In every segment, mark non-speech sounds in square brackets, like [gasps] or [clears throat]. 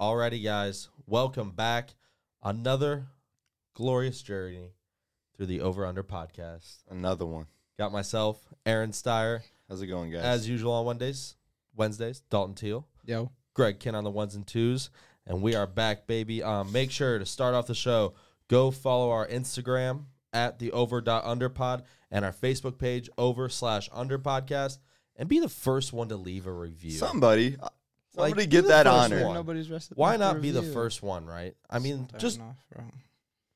Alrighty, guys, welcome back. Another glorious journey through the Over Under podcast. Another one. Got myself, Aaron Steyer, How's it going, guys? as usual on Wednesdays, Wednesdays, Dalton Teal, Yo. Greg Kin on the ones and twos, and we are back, baby. Um, make sure to start off the show. Go follow our Instagram at the over dot underpod and our Facebook page over slash under podcast, and be the first one to leave a review. somebody, uh, Like, somebody do get the that first honor. one. Nobody's rested. Why left a not be the review. first one, right? I mean, Fair just enough, bro.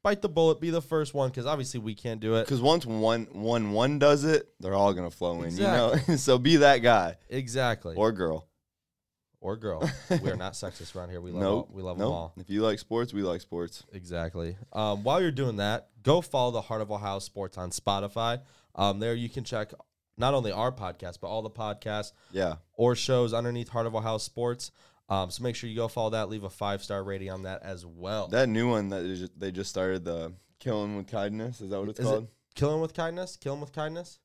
bite the bullet, be the first one, because obviously we can't do it. Because once one one one does it, they're all gonna flow in. You Exactly. know, [laughs] so be that guy Exactly. Or, or girl. [laughs] girl. we are not sexist around here. We love all, Nope, we love them nope. all. If you like sports, we like sports. Exactly. Um, while you're doing that, go follow the Heart of Ohio Sports on Spotify. Um, there you can check not only our podcast, but all the podcasts Yeah, or shows underneath Heart of Ohio Sports. Um, so make sure you go follow that. Leave a five star rating on that as well. that new one that they just, they just started the killing with kindness. Is that what it's Is it- called? Killing with kindness. Killing with kindness.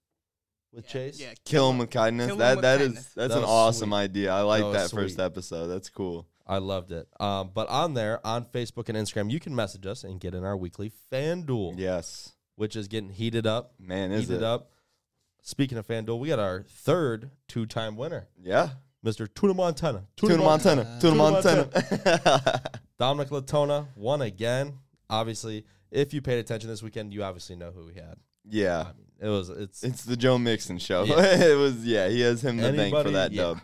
With Chase. Yeah, Killing with kindness. Killing that with that is kindness. that's That an was awesome sweet. idea. I like That that, was first sweet. episode. That's cool. I loved it. Um, but on there, on Facebook and Instagram, you can message us and get in our weekly FanDuel, Yes, which is getting heated up. man, is heated it? up. Speaking of FanDuel, we got our third two time winner, Yeah, Mr. Tuna Montana. Tuna Montana. Tuna Montana. Montana. Dominic Latona won again. Obviously, if you paid attention this weekend, you obviously know who we had. [laughs] Yeah. I mean, it was it's It's the Joe Mixon show. Yeah. [laughs] it was yeah, he has him to thank for Anybody- that yeah. dub.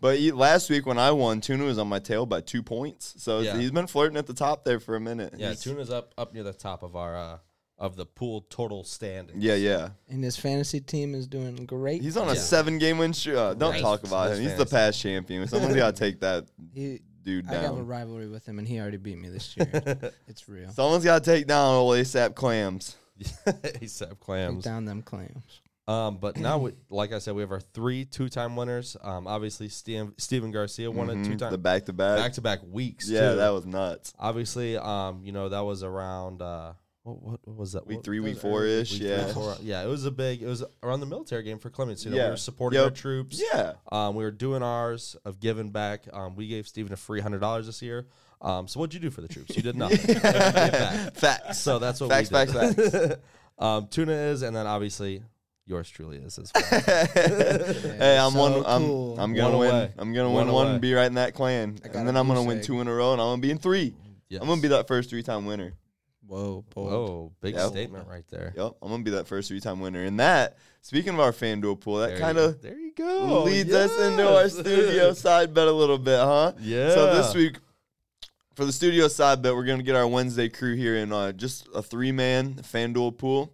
But he, last week when I won, Tuna was on my tail by two points. So Yeah. he's been flirting at the top there for a minute. yeah, He's- Tuna's up up near the top of our uh of the pool total standing. yeah, yeah. And his fantasy team is doing great. He's on a Yeah. seven game win streak. Uh, don't Right. talk about That's him. He's the fantasy. past champion. Somebody gotta take that He, dude [laughs] I have a down. rivalry with him, and he already beat me [laughs] this year. it's real. Someone's gotta take down old ASAP clams. [laughs] ASAP Take clams. down them clams. Um, but now, we, like I said, we have our three two-time winners. Um, obviously, Steven, Steven Garcia won Mhm. it two times, The back to back. back-to-back weeks. Yeah, too. that was nuts. obviously, um, you know that was around uh, what, what, what was that Week What- three, that week was four early- ish, week three, yeah. four. yeah. It was a big. It was around the military game for Clements. You know, we Yeah. were supporting our Yep. troops. Yeah. Um, we were doing ours of giving back. Um, we gave Steven a free hundred dollars this year. Um, so what'd you do for the troops? You did nothing. [laughs] You gave back. Facts. So that's what Facts, we did. facts, [laughs] um, tuna is, and then obviously yours truly is as well. hey, I'm so one. I'm, cool. I'm gonna One win. away. I'm gonna One win one away. and be right in that clan, I got and then a I'm gonna goose win egg. two in a row, and I'm gonna be in three. Yes. [laughs] I'm gonna be that first three-time winner. Whoa, bold. Oh, big Yep. statement right there. Yep, I'm gonna be that first three-time winner. And that, speaking of our FanDuel pool, that There kind you- of there you go leads us into our Oh, Yes. studio [laughs] side bet a little bit, huh? Yeah. So this week, for the studio side bet, we're gonna get our Wednesday crew here in uh, just a three-man FanDuel pool.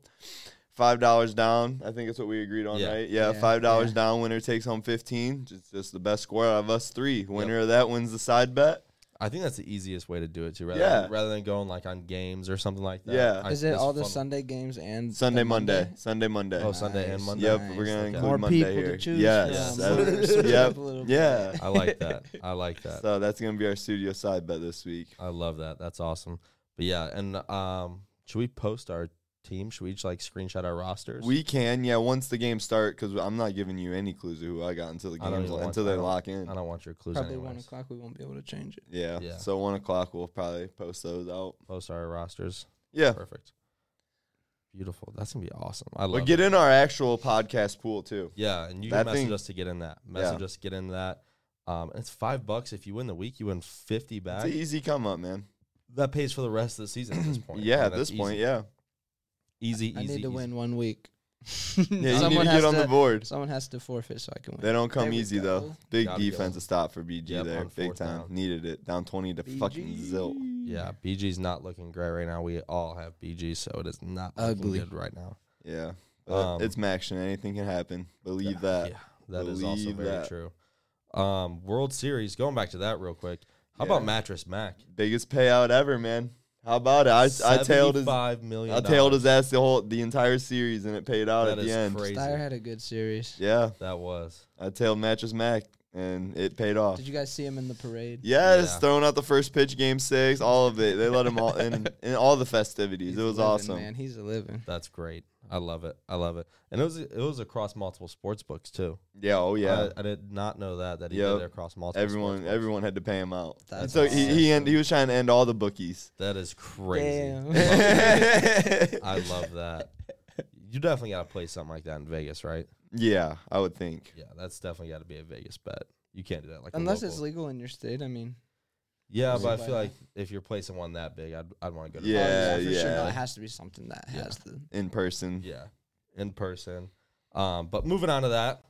Five dollars down, I think that's what we agreed on, Yeah. right? Yeah, Yeah, five dollars yeah. down. Winner takes home fifteen. Just, just the best score out of us three. Winner of that wins the side bet. I think that's the easiest way to do it too. Rather, Yeah. than, rather than going like on games or something like that. Yeah. I- Is it it's all the fun. Sunday games and Sunday, the Monday. Sunday, Monday. Oh, Sunday and Monday. yep, nice. we're gonna Okay. include More Monday people here. to choose Yes. [laughs] from. Yeah, that- [laughs] more- yep. a little bit. Yeah. I like [laughs] that. I like that. So that's gonna be our studio side bet this week. I love that. That's awesome. But yeah, and um, should we post our team? Should we each like screenshot our rosters? We can, yeah. Once the games start, because I'm not giving you any clues of who I got until the I don't games even until want- they I don't- lock in. I don't want your clues Probably one anyway. o'clock. We won't be able to change it. Yeah. Yeah. So one o'clock, we'll probably post those out. Post our rosters. Yeah. Perfect. Beautiful. That's gonna be awesome. I love. But get it. in our actual podcast pool too. Yeah, and you can That message thing- us to get in that. Message us get in that. Um, and it's five bucks if you win the week. You win fifty It's e- back. an easy come up, man. That pays for the rest of the season [clears throat] at this point. Yeah, I mean, at that's this point, easy. [laughs] yeah. easy, easy. I need to easy. win one week. [laughs] Yeah, you need Someone to has get on the board. Someone has to forfeit so I can win. They don't come There we easy though. go. Big Gotta get defensive one. stop for BG Yep, there, on big fourth time. down. Needed it down twenty to fucking zilch. Yeah, BG's not looking great right now. We all have BG, so it is not Ugly. looking good right now. Yeah, but Um, it's Maction. Anything can happen. Believe that. yeah, that is also believe very that. true. Um, World Series, going back to that real quick. How Yeah. about Mattress Mac? Biggest payout ever, man. How about it? I, I tailed his five million. I tailed his ass the whole the entire series and it paid out That at is the end. crazy. Steyer had a good series. Yeah, That was I tailed Mattress Mac and it paid off. Did you guys see him in the parade? yes, Yeah. throwing out the first pitch, [laughs] game six, all of it. They let him all in, in all the festivities. He's it was living, awesome. man. He's a living. that's great. I love it. I love it. And it was it was across multiple sports books too. Yeah, oh yeah. I, I did not know that that he Yep. did it across multiple. everyone, Uh, sports books. everyone had to pay him out. And That's so he he, awesome. end, he was trying to end all [laughs] the bookies. That is crazy. [laughs] I love that. You definitely got to play something like that in Vegas, right? yeah, I would think. Yeah, that's definitely got to be a Vegas bet. You can't do that like a [laughs] Unless it's local. legal in your state, I mean. yeah, it's but I like- feel like if you're placing one that big, I'd I'd want to go to Yeah, Vegas. Oh, for sure. No, yeah. it has to be something that Yeah. has the. In person. yeah, in person. Um, but moving on to that,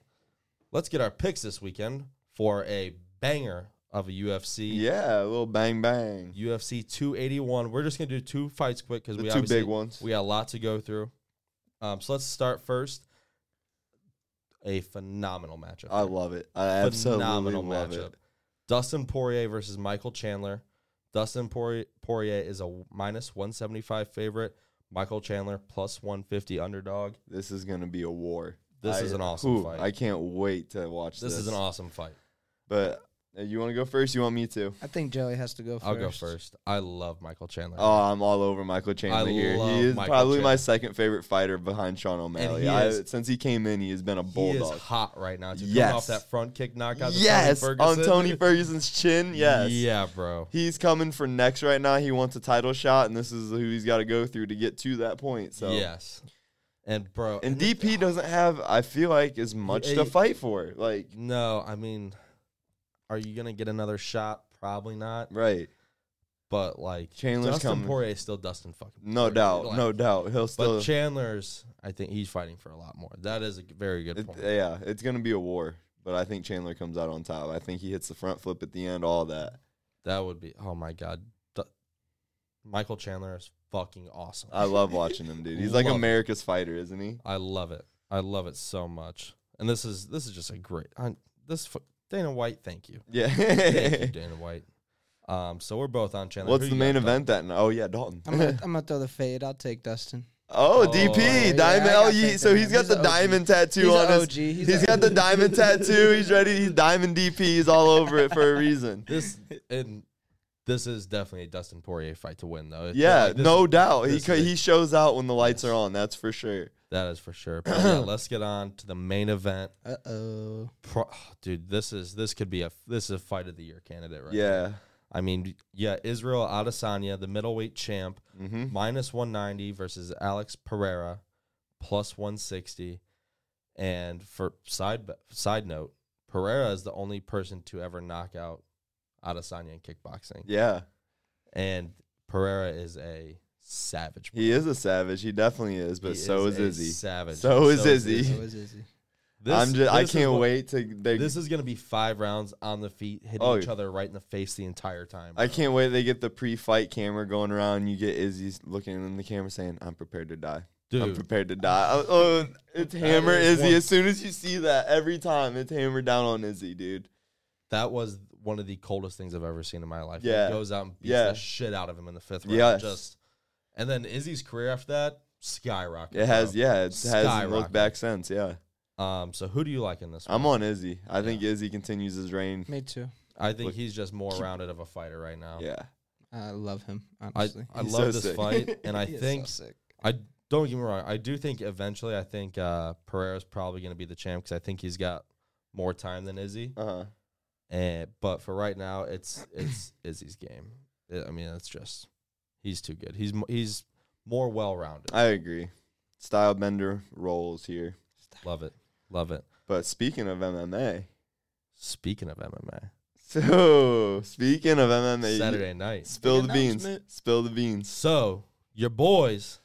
let's get our picks this weekend for a banger of a UFC. Yeah, a little bang bang. UFC 281. We're just gonna do two fights quick because The we two obviously big ones. we got a lot to go through. Um, so let's start first. A phenomenal matchup. I love it. I absolutely phenomenal love matchup. it. Dustin Poirier versus Michael Chandler. Dustin Poirier, Poirier is a w- minus 175 favorite. Michael Chandler plus 150 underdog. This is gonna be a war. This I- uh, is an awesome ooh, fight. I can't wait to watch this. this is an awesome fight. But uh, you want to go first? You want me to? I think Jelly has to go 1st I'll go first. I love Michael Chandler. Oh, I'm all over Michael Chandler here. love He is Michael probably my Chandler. second favorite fighter behind Sean O'Malley. he I, is- since he came in, he has been a he is bulldog. hot right now. Just coming Yes. off that front kick knockout. to Tony Yes, on Ferguson. Tony Ferguson's chin. Yes. Yeah, bro. He's coming for next right now. He wants a title shot, and this is who he's got to go through to get to that point. So, Yes. And bro. and DP doesn't have, I feel like, as much Yeah, to he- fight for. Like, No, I mean, are you gonna get another shot? Probably not. right? But like Chandler's Dustin coming. Poirier is still Dustin fucking. No Poirier. doubt, Like, no doubt. He'll But still, Chandler's, I think he's fighting for a lot more. That is a g- very good it- point. yeah, it's gonna be a war. But I think Chandler comes out on top. I think he hits the front flip at the end. All that. that would be. Oh my god, Du- Michael Chandler is fucking awesome. I love watching him, dude. He's like Love it. America's fighter, isn't he? I love it. I love it so much. And this is this is just a great. I, this fu- Dana White, [laughs] thank you, [laughs] thank you, Yeah. Dana White. Um, so we're both on [laughs] Chandler. What's Who the you got, main Doug? event that night? Oh yeah, Dalton. I'm [laughs] gonna, I'm gonna throw the fade. I'll take Dustin. Oh, Oh, DP, yeah, Diamond. I got oh, ye- faith so in he's him. got He's the a OG. diamond tattoo He's on a his. OG. He's, he's a- got the diamond tattoo. He's ready. He's diamond DP. He's all over it for [laughs] a reason. This and this is definitely a Dustin Poirier fight to win, though. It's Yeah, like this no is- doubt. He this co- is a- he shows out when the lights are on. That's for sure. that is for sure. But [clears throat] yeah, let's get on to the main event, Uh [laughs] oh. Pro- [sighs] dude. This is this could be a this is a fight of the year candidate, right? here. Yeah. I mean, yeah, Israel Adesanya, the middleweight champ, hmm minus one ninety versus Alex Pereira, plus one sixty. And for side be- side note, Pereira is the only person to ever knock out Adesanya in kickboxing, Yeah. and Pereira is a savage. He is a savage. He definitely is. But He so is, a Izzy. Savage. So is Izzy. So is Izzy. This- I'm just. I this is can't what- wait to. They, This is gonna be five rounds on the feet, hitting Oh, each yeah. other right in the face the entire time. I bro. can't wait. They get the pre-fight camera going around. You get Izzy looking in the camera saying, "I'm prepared to die. I'm dude. prepared to die." Oh, oh, it's hammer is Izzy. one- As soon as you see that, every time it's hammer down on Izzy, dude. that was one of the coldest things I've ever seen in my life. Yeah. he goes out and beats Yeah. the shit out of him in the fifth round. Yes. Just, and then Izzy's career after that skyrocketed. It has, bro. yeah, it hasn't looked Skyrocketed. back since. Yeah, Um. So who do you like in this? I'm one? on Izzy. I think Izzy continues his reign. Me too. I think Look- he's just more rounded of a fighter right now. Yeah, I love him. I Honestly. I He's love so this sick. fight, [laughs] and I He is so think sick. I don't get me wrong. I do think eventually I think uh, Pereira's probably going to be the champ because I think he's got more time than Izzy. uh huh. And Eh, but for right now, it's it's [coughs] Izzy's game. Eh, I- I mean, it's just he's too good. He's mo- he's more well rounded. I agree. Style bender rolls here. Love it, love it. But speaking of MMA, Speaking of MMA, [laughs] so speaking of MMA, you- Saturday night. spill Big the beans. announcement. Spill the beans. So your boys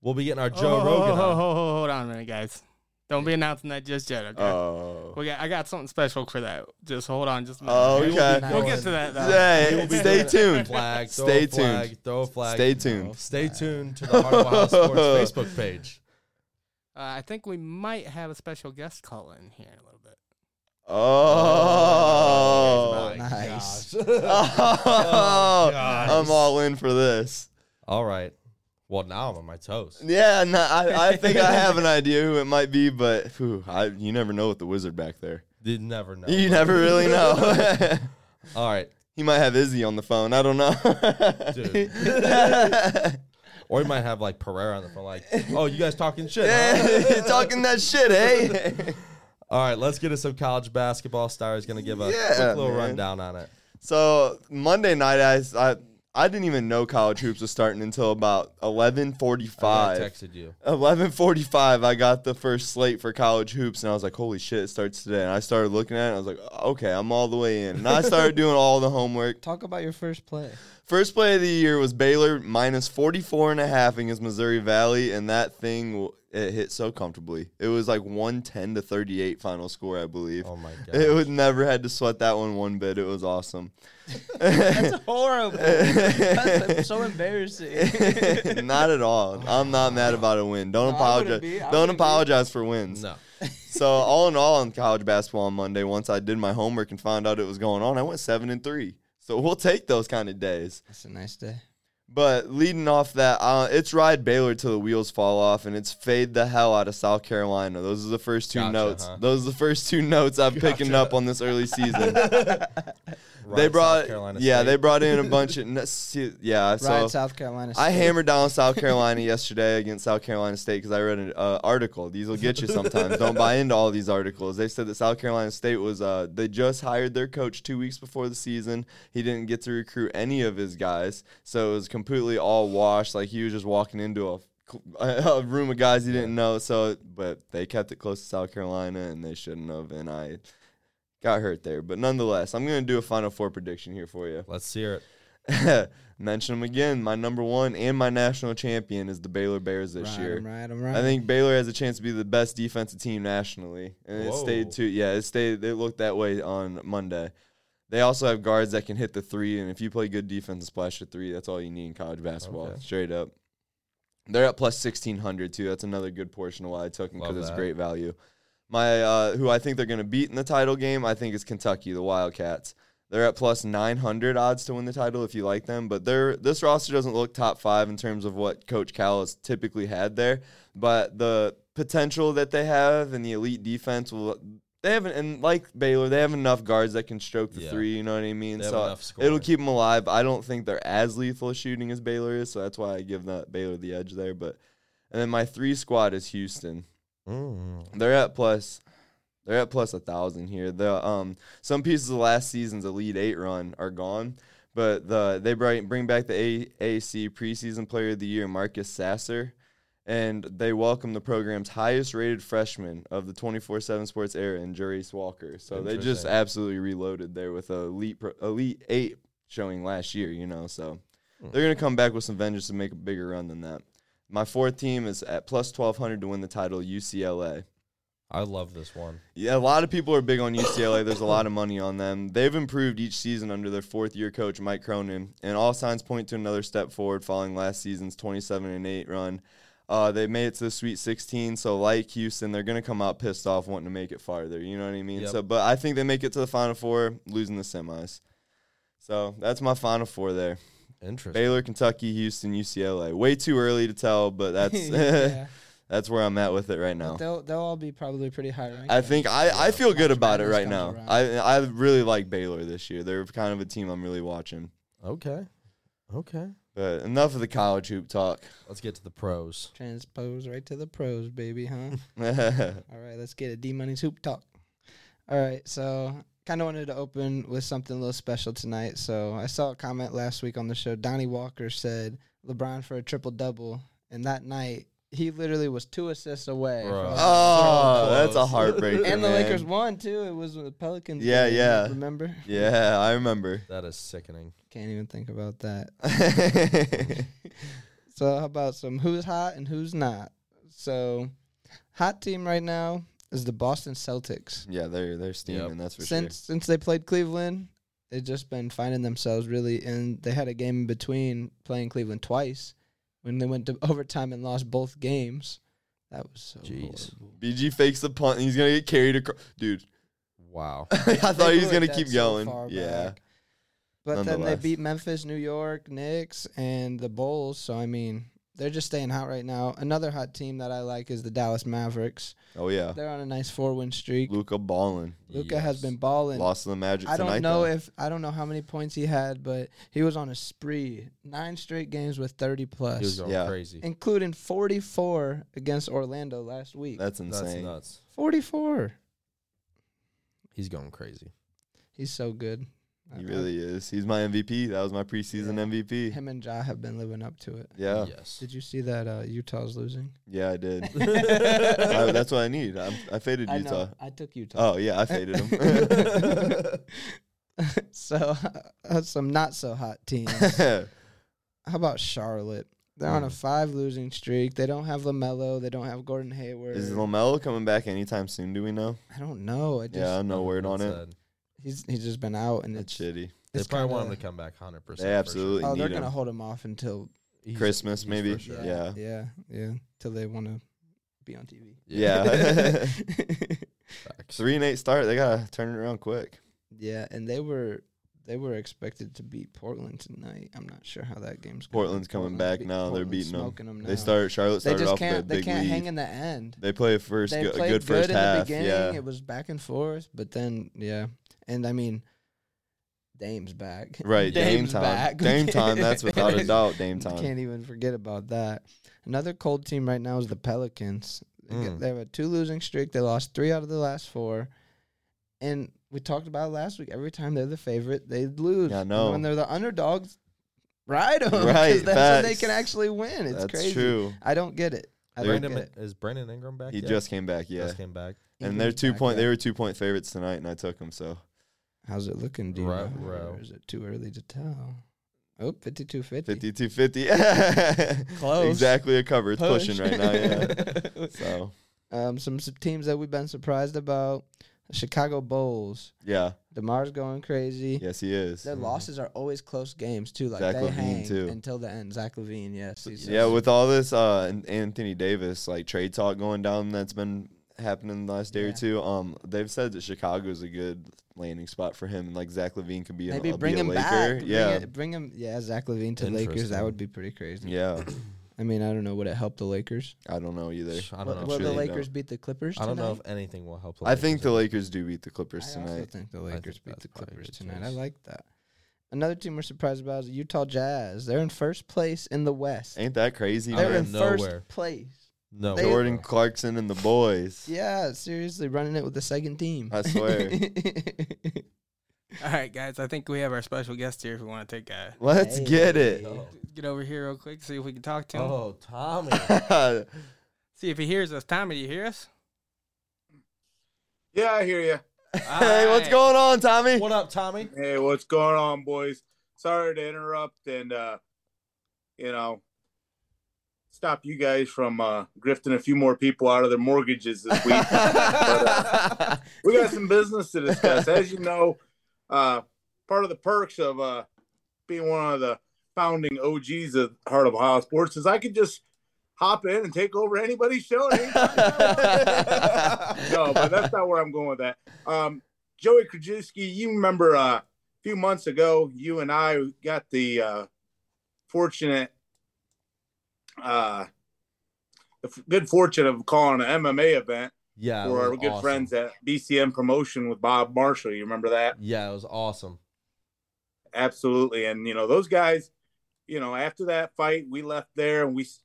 will be getting our Oh, Joe Rogan. Hold, on. on a minute, guys. Don't be announcing that just yet. Okay. Oh. we got, I got something special for that. Just hold on. Just a minute. Oh, He will be okay. We'll get knowing- to that. Though. he will Hey, be stay doing it. tuned. [laughs] Uh, Flag, throw oh. Stay a flag, throw a flag. Stay Oh, tuned. Stay tuned to [laughs] the Hardball House [laughs] Sports Facebook page. Uh, I think we might have a special guest call in here in a little bit. Oh. my [laughs] Nice. gosh. [laughs] Oh, gosh. I'm all in for this. All right. Well, now I'm on my [laughs] toes. Yeah, no, I, I think I have an idea who it might be, but phew, I, you never know with the wizard back there. You never know. You never really know. All right. he might have Izzy on the phone. I don't know. Dude. Or we might have like Pereira on the phone, like, oh, you guys talking shit. huh?" Hey, [laughs] talking that shit, hey? All right, let's get into some college basketball. Star is going to give a quick Yeah, little man. rundown on it. so Monday night, I, s- I I didn't even know college hoops was starting until about eleven I forty five. texted you. Eleven forty five, I got the first slate for college hoops, and I was like, "Holy shit, it starts today!" And I started looking at it, and I was like, "Okay, I'm all the way in." And I started doing all the homework. Talk about your first play. [laughs] First play of the year was Baylor minus 44 and a half against Missouri Valley, and that thing w- it hit so comfortably. It was like 110 to 38 final score, I believe. Oh my god. [laughs] it would never had to sweat that one one bit. It was awesome. [laughs] That's [laughs] horrible. That's so embarrassing. not at all. I'm not mad about a win. Don't No, I wouldn't be. I apologize. Don't wouldn't be. apologize for wins. no. so all in all, on college basketball on Monday, once I did my homework and found out it was going on, I went seven and three. So we'll take those kind of days. That's a nice day. But leading off that, uh, it's ride Baylor till the wheels fall off, and it's fade the hell out of South Carolina. Those are the first two Gotcha, notes. huh? Those are the first two notes I'm picking Gotcha. up on this early [laughs] season. they Right, brought, South Carolina yeah, State. they brought in a bunch of, n- see- yeah. So Ryan, South Carolina. I State. hammered down South Carolina yesterday against South Carolina State because I read an uh, article. These will get you sometimes. Don't buy into all these articles. They said that South Carolina State was uh, they just hired their coach two weeks before the season. He didn't get to recruit any of his guys, so it was completely all washed. Like he was just walking into a [laughs] a room of guys he didn't know. So, but they kept it close to South Carolina, and they shouldn't have. And I. Got hurt there, but nonetheless, I'm gonna do a Final Four prediction here for you. Let's hear it. [laughs] mention them again. My number one and my national champion is the Baylor Bears this Ride 'em, year. ride 'em, I ride 'em. think Baylor has a chance to be the best defensive team nationally, and it Whoa. stayed too. Yeah, it stayed. It looked that way on Monday. They also have guards that can hit the three, and if you play good defense and splash the three, that's all you need in college basketball. Okay. Straight up, they're at plus sixteen hundred too. That's another good portion of why I took them Love because it's that. great value. My uh, who I think they're going to beat in the title game, I think is Kentucky, the Wildcats. They're at plus 900 odds to win the title if you like them, but they're, this roster doesn't look top five in terms of what Coach Cal has typically had there. But the potential that they have and the elite defense will. They haven't, and like Baylor, they have enough guards that can stroke the Yeah. three. You know what I mean? They have so enough it'll scoring. keep them alive. I don't think they're as lethal shooting as Baylor is, so that's why I give that Baylor the edge there. But and then my three squad is Houston. Mm. They're at plus. They're at plus a thousand here. The um some pieces of last season's Elite Eight run are gone, but the they bring bring back the AAC preseason player of the year Marcus Sasser, and they welcome the program's highest rated freshman of the twenty four seven Sports era in Jurice Walker. So they just Interesting. absolutely reloaded there with a Elite pro, Elite Eight showing last year. You know, so they're gonna come back with some vengeance and make a bigger run than that. My fourth team is at plus twelve hundred to win the title, UCLA. I love this one. Yeah, a lot of people are big on UCLA. There's a lot of money on them. They've improved each season under their fourth year coach Mike Cronin, and all signs point to another step forward following last season's 27 and 8 run. Uh, they made it to the Sweet 16, so like Houston, they're gonna come out pissed off wanting to make it farther. You know what I mean? Yep. So, but I think they make it to the Final Four, losing the semis. So that's my Final Four there. Interesting. Baylor, Kentucky, Houston, UCLA. Way too early to tell, but that's Yeah. [laughs] that's where I'm at with it right But now. They'll they'll all be probably pretty high ranked. I think I, I feel good Watch about it Madness right now. comes around. I I really like Baylor this year. They're kind of a team I'm really watching. Okay. Okay. But enough of the college hoop talk. [laughs] Let's get to the pros. Transpose right to the pros, [laughs] baby, huh? yeah, All right, let's get a D Money's hoop talk. All right, so kind of wanted to open with something a little special tonight. So I saw a comment last week on the show. Donnie Walker said LeBron for a triple double, and that night he literally was two assists away. Bruh. from- Oh, that's a heartbreaker. and the man. Lakers won too. It was the Pelicans. Yeah, game, yeah. Remember? I remember. That is sickening. Can't even think about that. okay. So how about some who's hot and who's not? So hot team right now is the Boston Celtics. Yeah, they're they're steaming. That's for since since they played Cleveland, they've just been finding themselves really and they had a game in between playing Cleveland twice when they went to [laughs] overtime and lost both games. That was so Jeez. horrible. sure. BG fakes the punt. and He's gonna get carried across. [laughs] Dude, [laughs] Wow. I thought They he was blew gonna that keep so going. far yeah. back. But then they Nonetheless. beat Memphis, New York, Knicks, and the Bulls. So I mean, they're just staying hot right now. Another hot team that I like is the Dallas Mavericks. Oh yeah, They're on a nice four win streak. Luca balling. Luca has Yes. been balling. Lost to the Magic I tonight. don't know though. if I don't know how many points he had, but he was on a spree. Nine straight games with thirty plus, He was going Yeah. crazy. including forty four against Orlando last week. that's That's insane. nuts. Forty four. He's going crazy. He's so good. he I- I- really is. He's my MVP. That was my preseason MVP. him and Ja have been living up to it. Yeah, Yes. Did you see that uh, Utah's losing? [laughs] yeah, [laughs] I did. [laughs] I- I that's what I need. I'm, I faded I Utah. know. I took Utah. Oh yeah, I faded him. [laughs] [laughs] so uh, some not so hot [laughs] teams. How about Charlotte? They're on a Hmm. Mm. five losing streak. They don't have Lamelo. They don't have Gordon Hayward. Is Lamelo coming back anytime soon? Do we know? I don't know. I just Yeah, no word on it. Sad. he's he's just been out and That's it's, shitty. They it's probably want kinda- him to come back 100%. for sure. They absolutely Oh, they're need gonna him. hold him off until He's- Christmas, he's maybe? for sure. Yeah. yeah yeah till they want to be on TV. [laughs] Yeah. [laughs] Facts. Three and eight start. They gotta turn it around quick. yeah, and they were they were expected to beat Portland tonight. I'm not sure how that game's going. Portland's coming back now. They're beating 'em. smoking them. They start. Charlotte They started just off with a can't. They big can't lead. hang in the end. They play a first they go- played good first in half. the beginning. yeah. It was back and forth, but then yeah, and I mean, Dame's back. [laughs] Right, Dame [laughs] Dame's time. back. We Dame can't- time. [laughs] That's without a doubt. Dame we time. Can't even forget about that. Another cold team right now is the Pelicans. They get- Mm. They have a two losing streak. They lost three out of the last four, and we talked about it last week. Every time they're the favorite, they lose. Yeah, I And know. when they're the underdogs, ride them. Right, that's when they facts. can actually win. It's That's crazy. true. I don't get it. I don't Brandon, get it. is Brandon Ingram back? He yet? just came back. Yeah. Just came back. and they're Ingram's two back point. up. They were two point favorites tonight, and I took them. So How's it looking, Dino? Right, Or row. is it too early to tell? Oh, 52 50. 52 [laughs] 50. Close. Exactly a cover. It's pushing right now. [laughs] Yeah. yeah. so, um, some s- teams that we've been surprised about Chicago Bulls. yeah. DeMar's going crazy. Yes, he is. Their Mhm. losses are always close games, too. Like Zach they LaVine, hang too. until the end. Zach Levine, yes. he's- Yeah, with all this uh, An- Anthony Davis like trade talk going down that's been happening the last day Yeah. or two, um, they've said that Chicago's a good landing spot for him, and like Zach Levine could be Maybe a, bring be a him Laker. back. Bring Yeah, it- Bring, him, yeah, Zach Levine to Lakers. That Interesting. would be pretty crazy. yeah. I mean, I don't know. Would it help the Lakers? I don't know either. I Will- don't know. I'm Will sure the they Lakers don't. beat the Clippers? I don't know tonight? if anything will help. I think the Lakers. Lakers do beat the Clippers I also tonight. think the I Lakers think beat that's the probably Clippers the tonight. I choice. like that. Another team we're surprised about is the Utah Jazz. They're in first place in the West. Ain't that crazy? They're They're out man? of in nowhere. first place. no they- Jordan Clarkson and the boys. Yeah, seriously, running it with the second team. I swear. All right, guys. I think we have our special guest here. If we want to take a Let's get Hey. it. Oh. get over here real quick, see if we can talk to him. Oh, Tommy. [laughs] [laughs] See if he hears us. Tommy, do you hear us? Yeah, I hear you. hey, what's going on, Tommy? what up, Tommy? Hey, what's going on, boys? Sorry to interrupt and uh you know stop you guys from uh grifting a few more people out of their mortgages this week. uh, we got some business to discuss. As you know, uh part of the perks of uh being one of the founding OGs of Heart of Ohio Sports is I could just hop in and take over anybody's show at any no, but that's not where I'm going with that. Um, Joey Krajewski, you remember uh, a few months ago, you and I got the uh, fortunate, uh, the f- good fortune of calling an MMA event Yeah. it for our was good awesome. friends at BCM Promotion with Bob Marshall. You remember that? Yeah, it was awesome. Absolutely. And, you know, those guys, you know, after that fight, we left there and we s-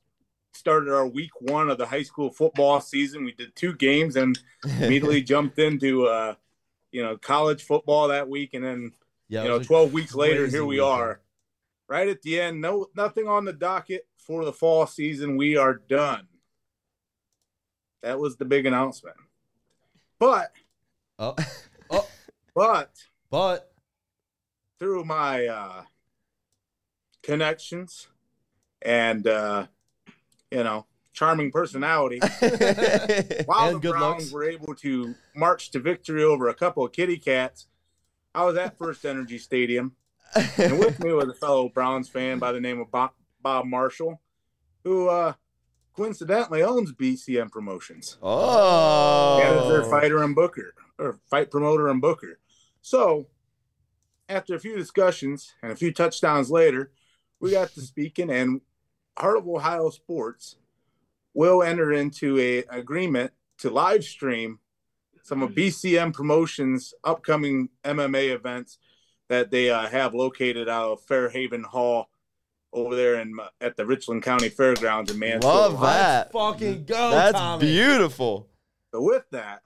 started our week one of the high school football season. We did two games and [laughs] [laughs] immediately jumped into uh you know college football that week and then Yeah. you it know was a 12 weeks later crazy here we weekend. are right at the end no nothing on the docket for the fall season we are done that was the big announcement but [laughs] Oh, but [laughs] but through my uh connections and uh you know charming personality [laughs] While And the good Browns looks. were able to march to victory over a couple of kitty cats, I was at First Energy Stadium, and with me was a fellow Browns fan by the name of Bob, Bob Marshall, who uh, coincidentally owns BCM Promotions, oh. and is their fighter and booker, or fight promoter and booker. So, after a few discussions and a few touchdowns later, we got to speaking, and Heart of Ohio Sports will enter into a agreement to live stream some of BCM Promotions' upcoming MMA events that they uh, have located out of Fairhaven Hall over there in uh, at the Richland County Fairgrounds in Mansfield. Love Ohio. that. Let's fucking go, That's Tommy. beautiful. So with that,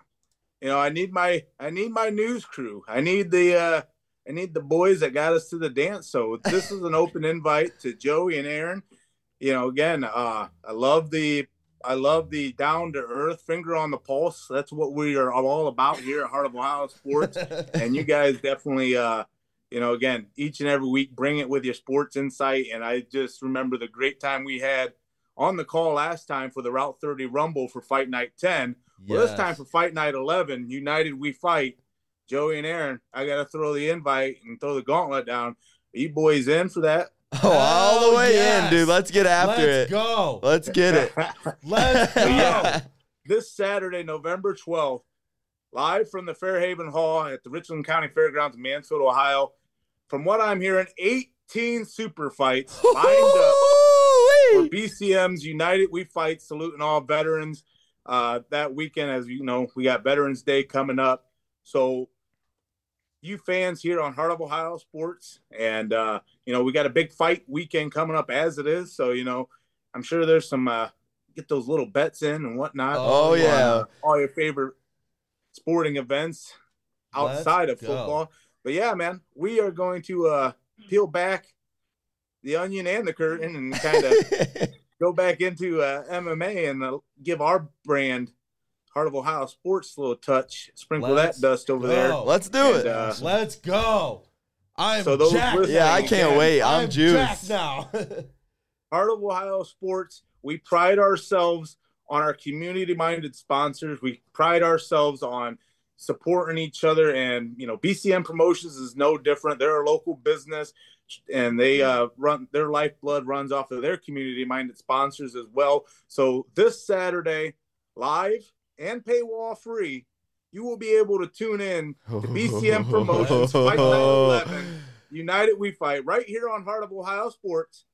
you know, I need my I need my news crew. I need the uh I need the boys that got us to the dance. So this is an open invite to Joey and Aaron. You know, again, uh I love the I love the down to earth finger on the pulse. That's what we are all about here at Heart of [laughs] Ohio Sports. and you guys definitely uh you know again each and every week bring it with your sports insight and i just remember the great time we had on the call last time for the route 30 rumble for fight night 10 well this time Yes. for fight night 11 united we fight joey and aaron i gotta throw the invite and throw the gauntlet down are you boys in for that Oh, all the Oh, way yes. in, dude. Let's get [laughs] after Let's it. go. Let's get it. [laughs] Let's go. Yeah. [laughs] this Saturday, November 12th, live from the Fairhaven Hall at the Richland County Fairgrounds in Mansfield, Ohio. From what I'm hearing, 18 super fights lined up [laughs] for Woo-wee. BCM's United We Fight, saluting all veterans. Uh, that weekend, as you know, we got Veterans Day coming up. So, you fans here on Heart of Ohio Sports, and uh, you know we got a big fight weekend coming up as it is. So you know, I'm sure there's some uh, get those little bets in and whatnot. Oh, Oh, on, yeah. uh, all your favorite sporting events Let's outside of go. football. But yeah, man, we are going to uh, peel back the onion and the curtain [laughs] and kind of go back into uh, MMA and uh, give our brand, Heart of Ohio Sports, a little touch, sprinkle Let's that dust over go. there. Let's do And, it. uh, Let's go. I'm So those jacked. listening Yeah, I again, can't wait. I'm jacked juiced. now. [laughs] Heart of Ohio Sports, we pride ourselves on our community minded sponsors. We pride ourselves on supporting each other. And, you know, BCM Promotions is no different. They're a local business and they uh, run their lifeblood runs off of their community minded sponsors as well. So this Saturday, live and paywall free, you will be able to tune in to [laughs] BCM Promotions Fight Night 11. United We Fight right here on Heart of Ohio Sports,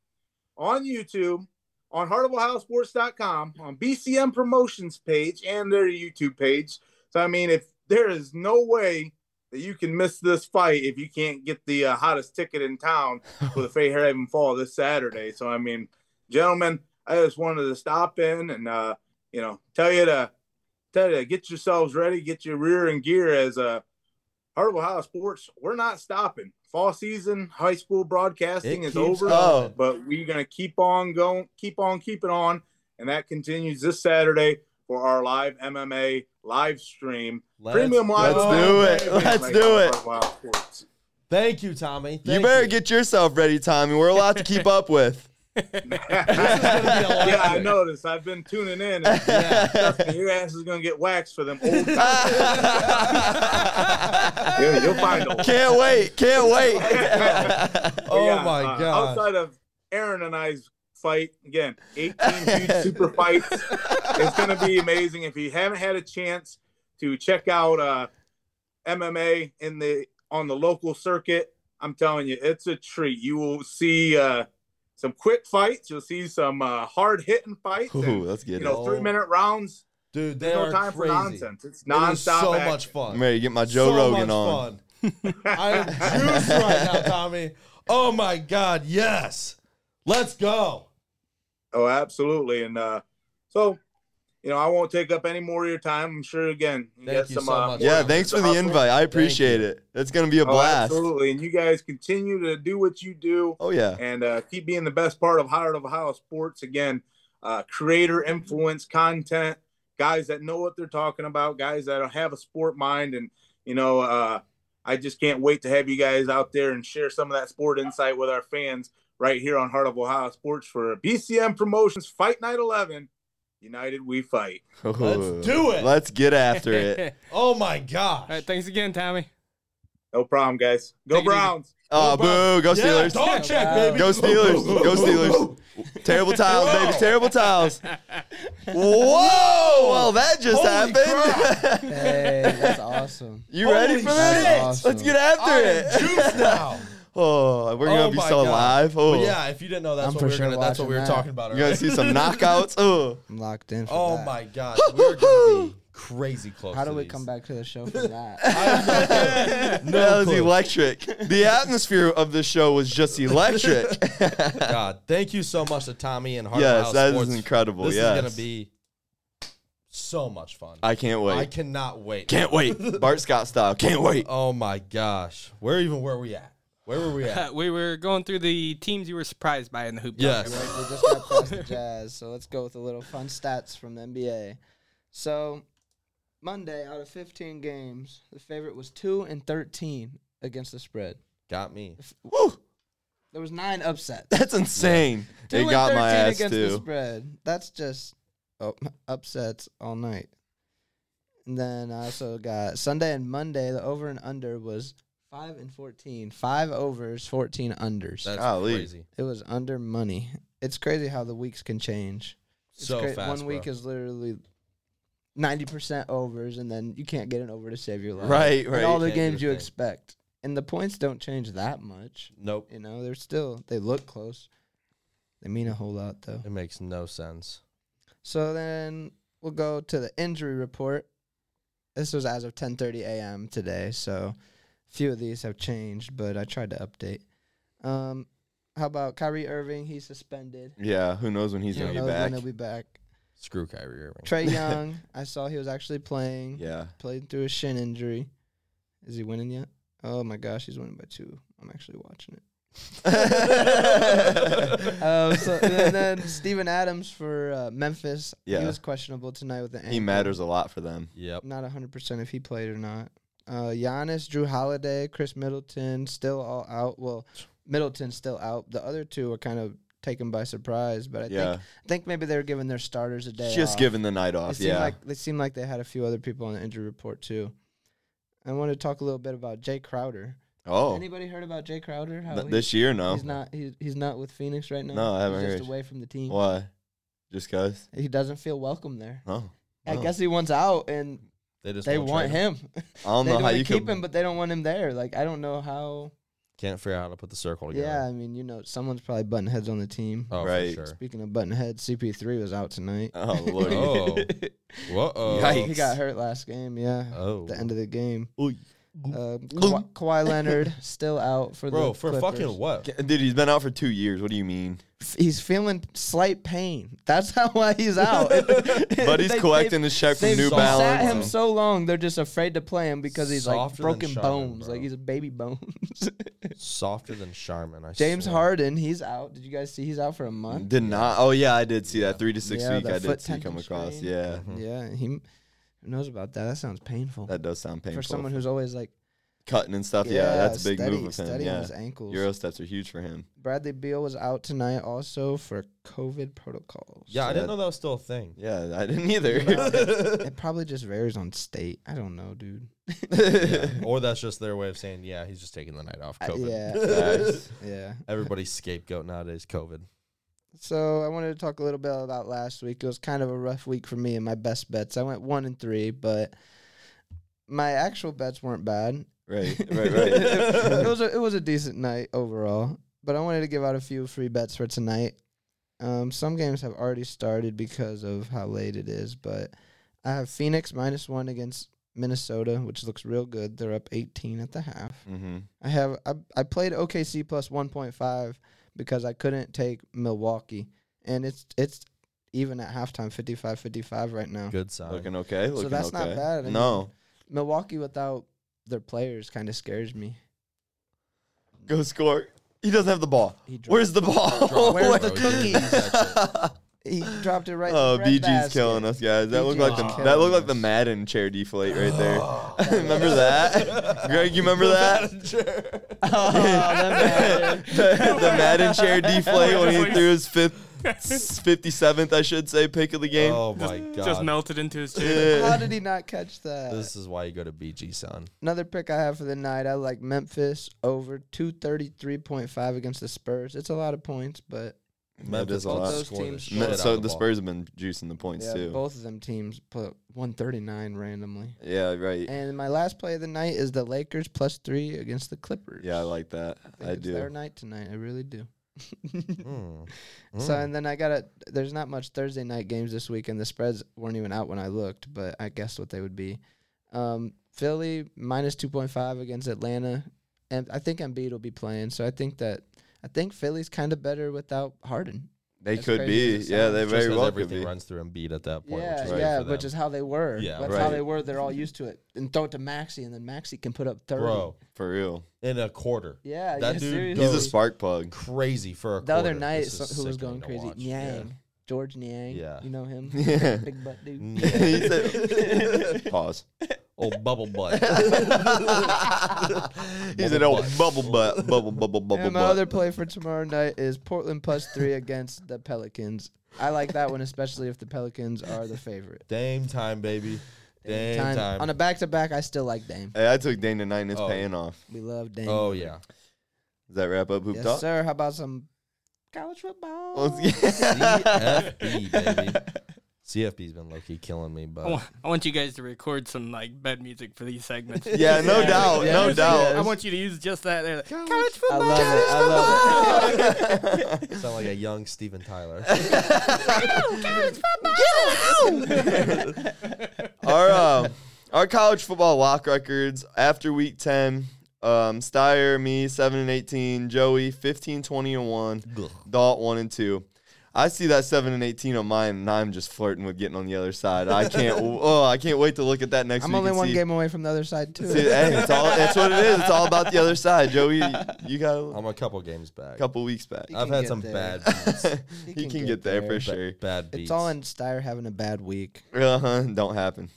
on YouTube, on heartofohiosports.com, on BCM Promotions page, and their YouTube page. So, I mean, if there is no way that you can miss this fight if you can't get the uh, hottest ticket [laughs] in town for the Fairhaven Fall this Saturday. So, I mean, gentlemen, I just wanted to stop in and, uh, you know, tell you to tell you to get yourselves ready, get your rear in gear as a Heart of Ohio Sports. We're not stopping. Fall season, high school broadcasting It is keeps Oh, over, going. but we're gonna keep on going, keep on keeping on, and that continues this Saturday for our live MMA live stream. Let's Premium live. go, Let's do it. baby. Let's Like do Heart of it. Ohio Sports. Thank you, Tommy. You Thank better get yourself ready, Tommy. We're a lot to keep up with. [laughs] [laughs] yeah, I noticed. I've been tuning in. And, Yeah. trust me, your ass is gonna get waxed for them [laughs] [laughs] old. Can't You'll- [laughs] you'll find old. wait. Can't But [laughs] wait. [laughs] [laughs] Oh yeah, my uh, God. Outside of Aaron and I's fight, again, 18 [laughs] huge super fights. It's going to be amazing. If you haven't had a chance to check out uh, MMA in the on the local circuit, I'm telling you, it's a treat. You will see uh, some quick fights. You'll see some uh, hard hitting fights. and, Ooh, let's you get it. know, three minute rounds. Dude, they There's no are time crazy. for nonsense. It's It is nonstop. so action. much fun. I'm ready to get my Joe so Rogan much on. [laughs] Fun. I am [laughs] juiced right now, Tommy. Oh my God, yes. Let's go. Oh, absolutely. And uh, so, you know, I won't take up any more of your time. I'm sure again. You Thank got you some, so uh, much. Yeah, work thanks to for the hustle. invite. I appreciate it. It's gonna be a Oh, blast. absolutely. And you guys continue to do what you do Oh yeah. and uh, keep being the best part of Heart of Ohio Sports. Again, uh, creator influence content, guys that know what they're talking about, guys that have a sport mind, and you know, uh, I just can't wait to have you guys out there and share some of that sport insight with our fans right here on Heart of Ohio Sports for BCM Promotions Fight Night 11. United, we fight. [laughs] Let's do it. Let's get [laughs] after it. Oh my God. [laughs] All right, thanks again, Tommy. [laughs] No problem, guys. Go Take it easy. Browns. Oh boo, go yeah, Steelers. dog check, baby. [laughs] Go Steelers. Go Steelers. Terrible tiles, baby. [laughs] Terrible tiles. Whoa! Well, that just Holy happened. [laughs] Hey, that's awesome. [laughs] you ready Holy for this? shit. Let's get after I am it. juiced now. [laughs] Oh, we're gonna Oh be my so God. live. Oh, But yeah, if you didn't know, that's I'm what for we were sure gonna, that's what we were watching that. talking about. you're gonna Earlier. see [laughs] some knockouts. Oh, I'm locked in. For Oh that. my gosh, we're [laughs] gonna be crazy close. How to do we these. come back to the [laughs] show for I that? have no clue. that No was clue. electric. The atmosphere of this show was [laughs] just electric. God, thank you so much to Tommy and Hard yes, that Sports. is incredible. This yes. is gonna be so much fun. I can't wait. I cannot wait. can't wait. [laughs] Bart Scott style. Can't wait. Oh my gosh, where even where we at? Where were we [laughs] at? we were going through the teams you were surprised by in the hoop. talk, Yes. right? we just got past the Jazz, so let's go with a little fun stats from the NBA. So Monday, out of 15 games, the favorite was two and 13 against the spread. Got me. Woo, There was nine upsets. that's insane. Two It and got my 13 ass against the too. spread. That's just oh, [laughs] upsets all night. And then I also got Sunday and Monday. The over and under was five and fourteen. Five overs, fourteen unders. That's Golly. crazy. it was under money. It's crazy how the weeks can change. It's so cra- fast. One week bro. is literally ninety percent overs, and then you can't get an over to save your life. Right, And right. all the can't do a games you thing. expect, and the points don't change that much. nope. You know, they're still they look close. They mean a whole lot though. It makes no sense. So then we'll go to the injury report. This was as of 10:30 a.m. today, so a few of these have changed, but I tried to update. Um, how about Kyrie Irving? He's suspended. Yeah, who knows when he's Who gonna be knows back? When he'll be back. Screw Kyrie Irving. [laughs] Trey Young. I saw he was actually playing. Yeah. Played through a shin injury. Is he winning yet? Oh my gosh, he's winning by two. I'm actually watching it. [laughs] [laughs] Um, so and then Steven Adams for uh, Memphis. Yeah. He was questionable tonight with the ankle. he matters a lot for them. yep. Not 100% if he played or not. Uh, Giannis, Drew Holiday, Chris Middleton still all out. Well, Middleton's still out. The other two were kind of taken by surprise, but I yeah, think I think maybe they were giving their starters a day just off. giving the night It off. seemed Yeah, like they seemed like they had a few other people on the injury report too. I want to talk a little bit about Jay Crowder. Oh, Anybody heard about Jay Crowder? How th- he- this year, no. he's not he, he's not with Phoenix right now. No, I haven't he's heard. Just away from the team. Why? Just cause? He doesn't feel welcome there. No. I Oh. guess he wants out, and They just they won't want trade him. I don't [laughs] they know do how wanna you keep could. him, but they don't want him there. Like I don't know how. Can't figure out how to put the Oh, circle together. Yeah, I mean, you know, someone's probably button heads on the team. Oh, Right. for sure. Speaking of button heads, CP3 was out tonight. Oh [laughs] lord. [laughs] Oh. Whoa. He Yikes. got hurt last game. Yeah, Oh. the end of the game. Oy. Uh, Ka- [laughs] Kawhi Leonard still out for Bro, the for Clippers. fucking what? Dude, he's been out for two years. What do you mean? F- He's feeling slight pain. That's [laughs] how why he's out. but [laughs] But [laughs] he's collecting his check from they've New sold out Balance. Sat him so long, they're just afraid to play him because he's like Softer than broken Charmin, bones, bro. like he's a baby bones. Softer than Charmin. I [laughs] James swear. Harden, he's out. Did you guys see he's out for a month? Did not. Oh yeah, I did see that three to six Yeah, week. the I did foot see come tendon across. strain. Yeah, Mhm. Yeah, he who knows about that. That sounds painful, that does sound painful. for someone who's always like, cutting and stuff. Yeah, that's a big steady, move of him. steady on Yeah, his ankles. Euro steps are huge for him. Bradley Beal was out tonight also for COVID protocols. Yeah, I Sad. didn't know that was still a thing. Yeah, I didn't [laughs] either. it probably just varies on state. I don't know, dude. Yeah. [laughs] [laughs] Or that's just their way of saying, yeah, he's just taking the night off. Uh, COVID. [laughs] yeah. yeah. Everybody's scapegoat nowadays, COVID. So I wanted to talk a little bit about last week. It was kind of a rough week for me and my best bets. I went one and three, but my actual bets weren't bad. [laughs] right, right, right. [laughs] [laughs] it was a, it was a decent night overall. But I wanted to give out a few free bets for tonight. Um, some games have already started because of how late it is, but I have Phoenix minus one against Minnesota, which looks real good. They're up 18 at the half. hmm I have I, I played OKC plus 1.5 because I couldn't take Milwaukee, and it's it's even at halftime 55-55 right now. Good sign. [laughs] [laughs] Looking okay. Looking that's okay. not bad. I mean- No, Milwaukee without their players kind of scares me. go score. He doesn't have the ball. He dropped- Where's the ball? Where's Where- [laughs] the Bro, you didn't cookies? use that shit. [sighs] He dropped it right. in the Oh, bread BG's basket. killing us, guys. That looked like BG's the killing that looked like the us. Madden chair deflate right there. [laughs] [laughs] remember that, Greg? You remember that? Oh, that the, [laughs] the Madden chair deflate when he Just threw his fifth, [laughs] fifty seventh, I should say, pick of the game. Oh my god. Just melted into his chair. man. How Yeah. did he not catch that? This is why you go to BG, son. Another pick I have for the night. I like Memphis over 233.5 against the Spurs. It's a lot of points, but Memphis is a lot. lost Those scored teams shit Shit Me- out so of the, ball. Spurs have been juicing the points Yeah, too. both of them teams put 139 randomly. Yeah, right. And my last play of the night is the Lakers plus three against the Clippers. Yeah, I like that. think I it's Their do. night tonight, I really do. [laughs] Mm. Hmm. So Mm. and then I got a. There's not much Thursday night games this week, and the spreads weren't even out when I looked, but I guessed what they would be. Um, Philly minus two point five against Atlanta, and I think Embiid will be playing. So I think that I think Philly's kind of better without Harden. They As could crazy be. as it Yeah, sounds. they Just very as well could everything be. runs through Embiid at that point. which yeah, is right. good yeah, for which them. is how they were. Yeah, that's right. how they were. They're all used to it, and throw it to Maxi, and then Maxi can put up thirty. bro For real. in a quarter. Yeah, That yeah, dude seriously. He's a Those- spark [laughs] plug. Crazy for a the other quarter. night, This so, is who was sickening going to crazy? watch. Nyang. George Nyang. Yeah. You know him? [laughs] Yeah. Big butt dude. [laughs] Yeah. [laughs] He said- [laughs] Pause. Old Oh, bubble [laughs] butt. [laughs] He's an old "Oh, bubble butt, bubble, bubble, bubble and my butt. other play for tomorrow night is Portland plus three against the Pelicans. I like that one, especially if the Pelicans are the favorite. Dame time, baby. Dame time. On a back to back, I still like Dame. Hey, I took Dane tonight and it's Oh. paying off. We love Dame. oh yeah. Does that wrap up Hoop yes, Talk? sir. How about some college football? Let's get- CFB baby. CFB's been low key killing me, I, but want, I want you guys to record some like bed music for these [laughs] [laughs] segments. Yeah, no doubt, no I want you- doubt. I want you to use just that. They're like, College, I football. love it. I love it. sound like a young Steven Tyler. [laughs] our um, our college football lock records after week 10 um, Steyer, me 7 and 18, Joey 15, 20 and 1, Dalt 1 and 2. I see that 7 and 18 on mine and I'm just flirting with getting on the other side. I can't [laughs] oh, I can't wait to look at that next [laughs] I'm week. only and one see. game away from the other side, too. [laughs] See, hey, it's all that's what it is. It's all about the other side. Joey, you got I'm a couple games back. a couple weeks back. He I've can had get some there. [laughs] bad beats. he, can can, get get, there, there, for sure. Bad beats. [laughs] It's all in Steyer having a bad week. Uh huh. Don't happen.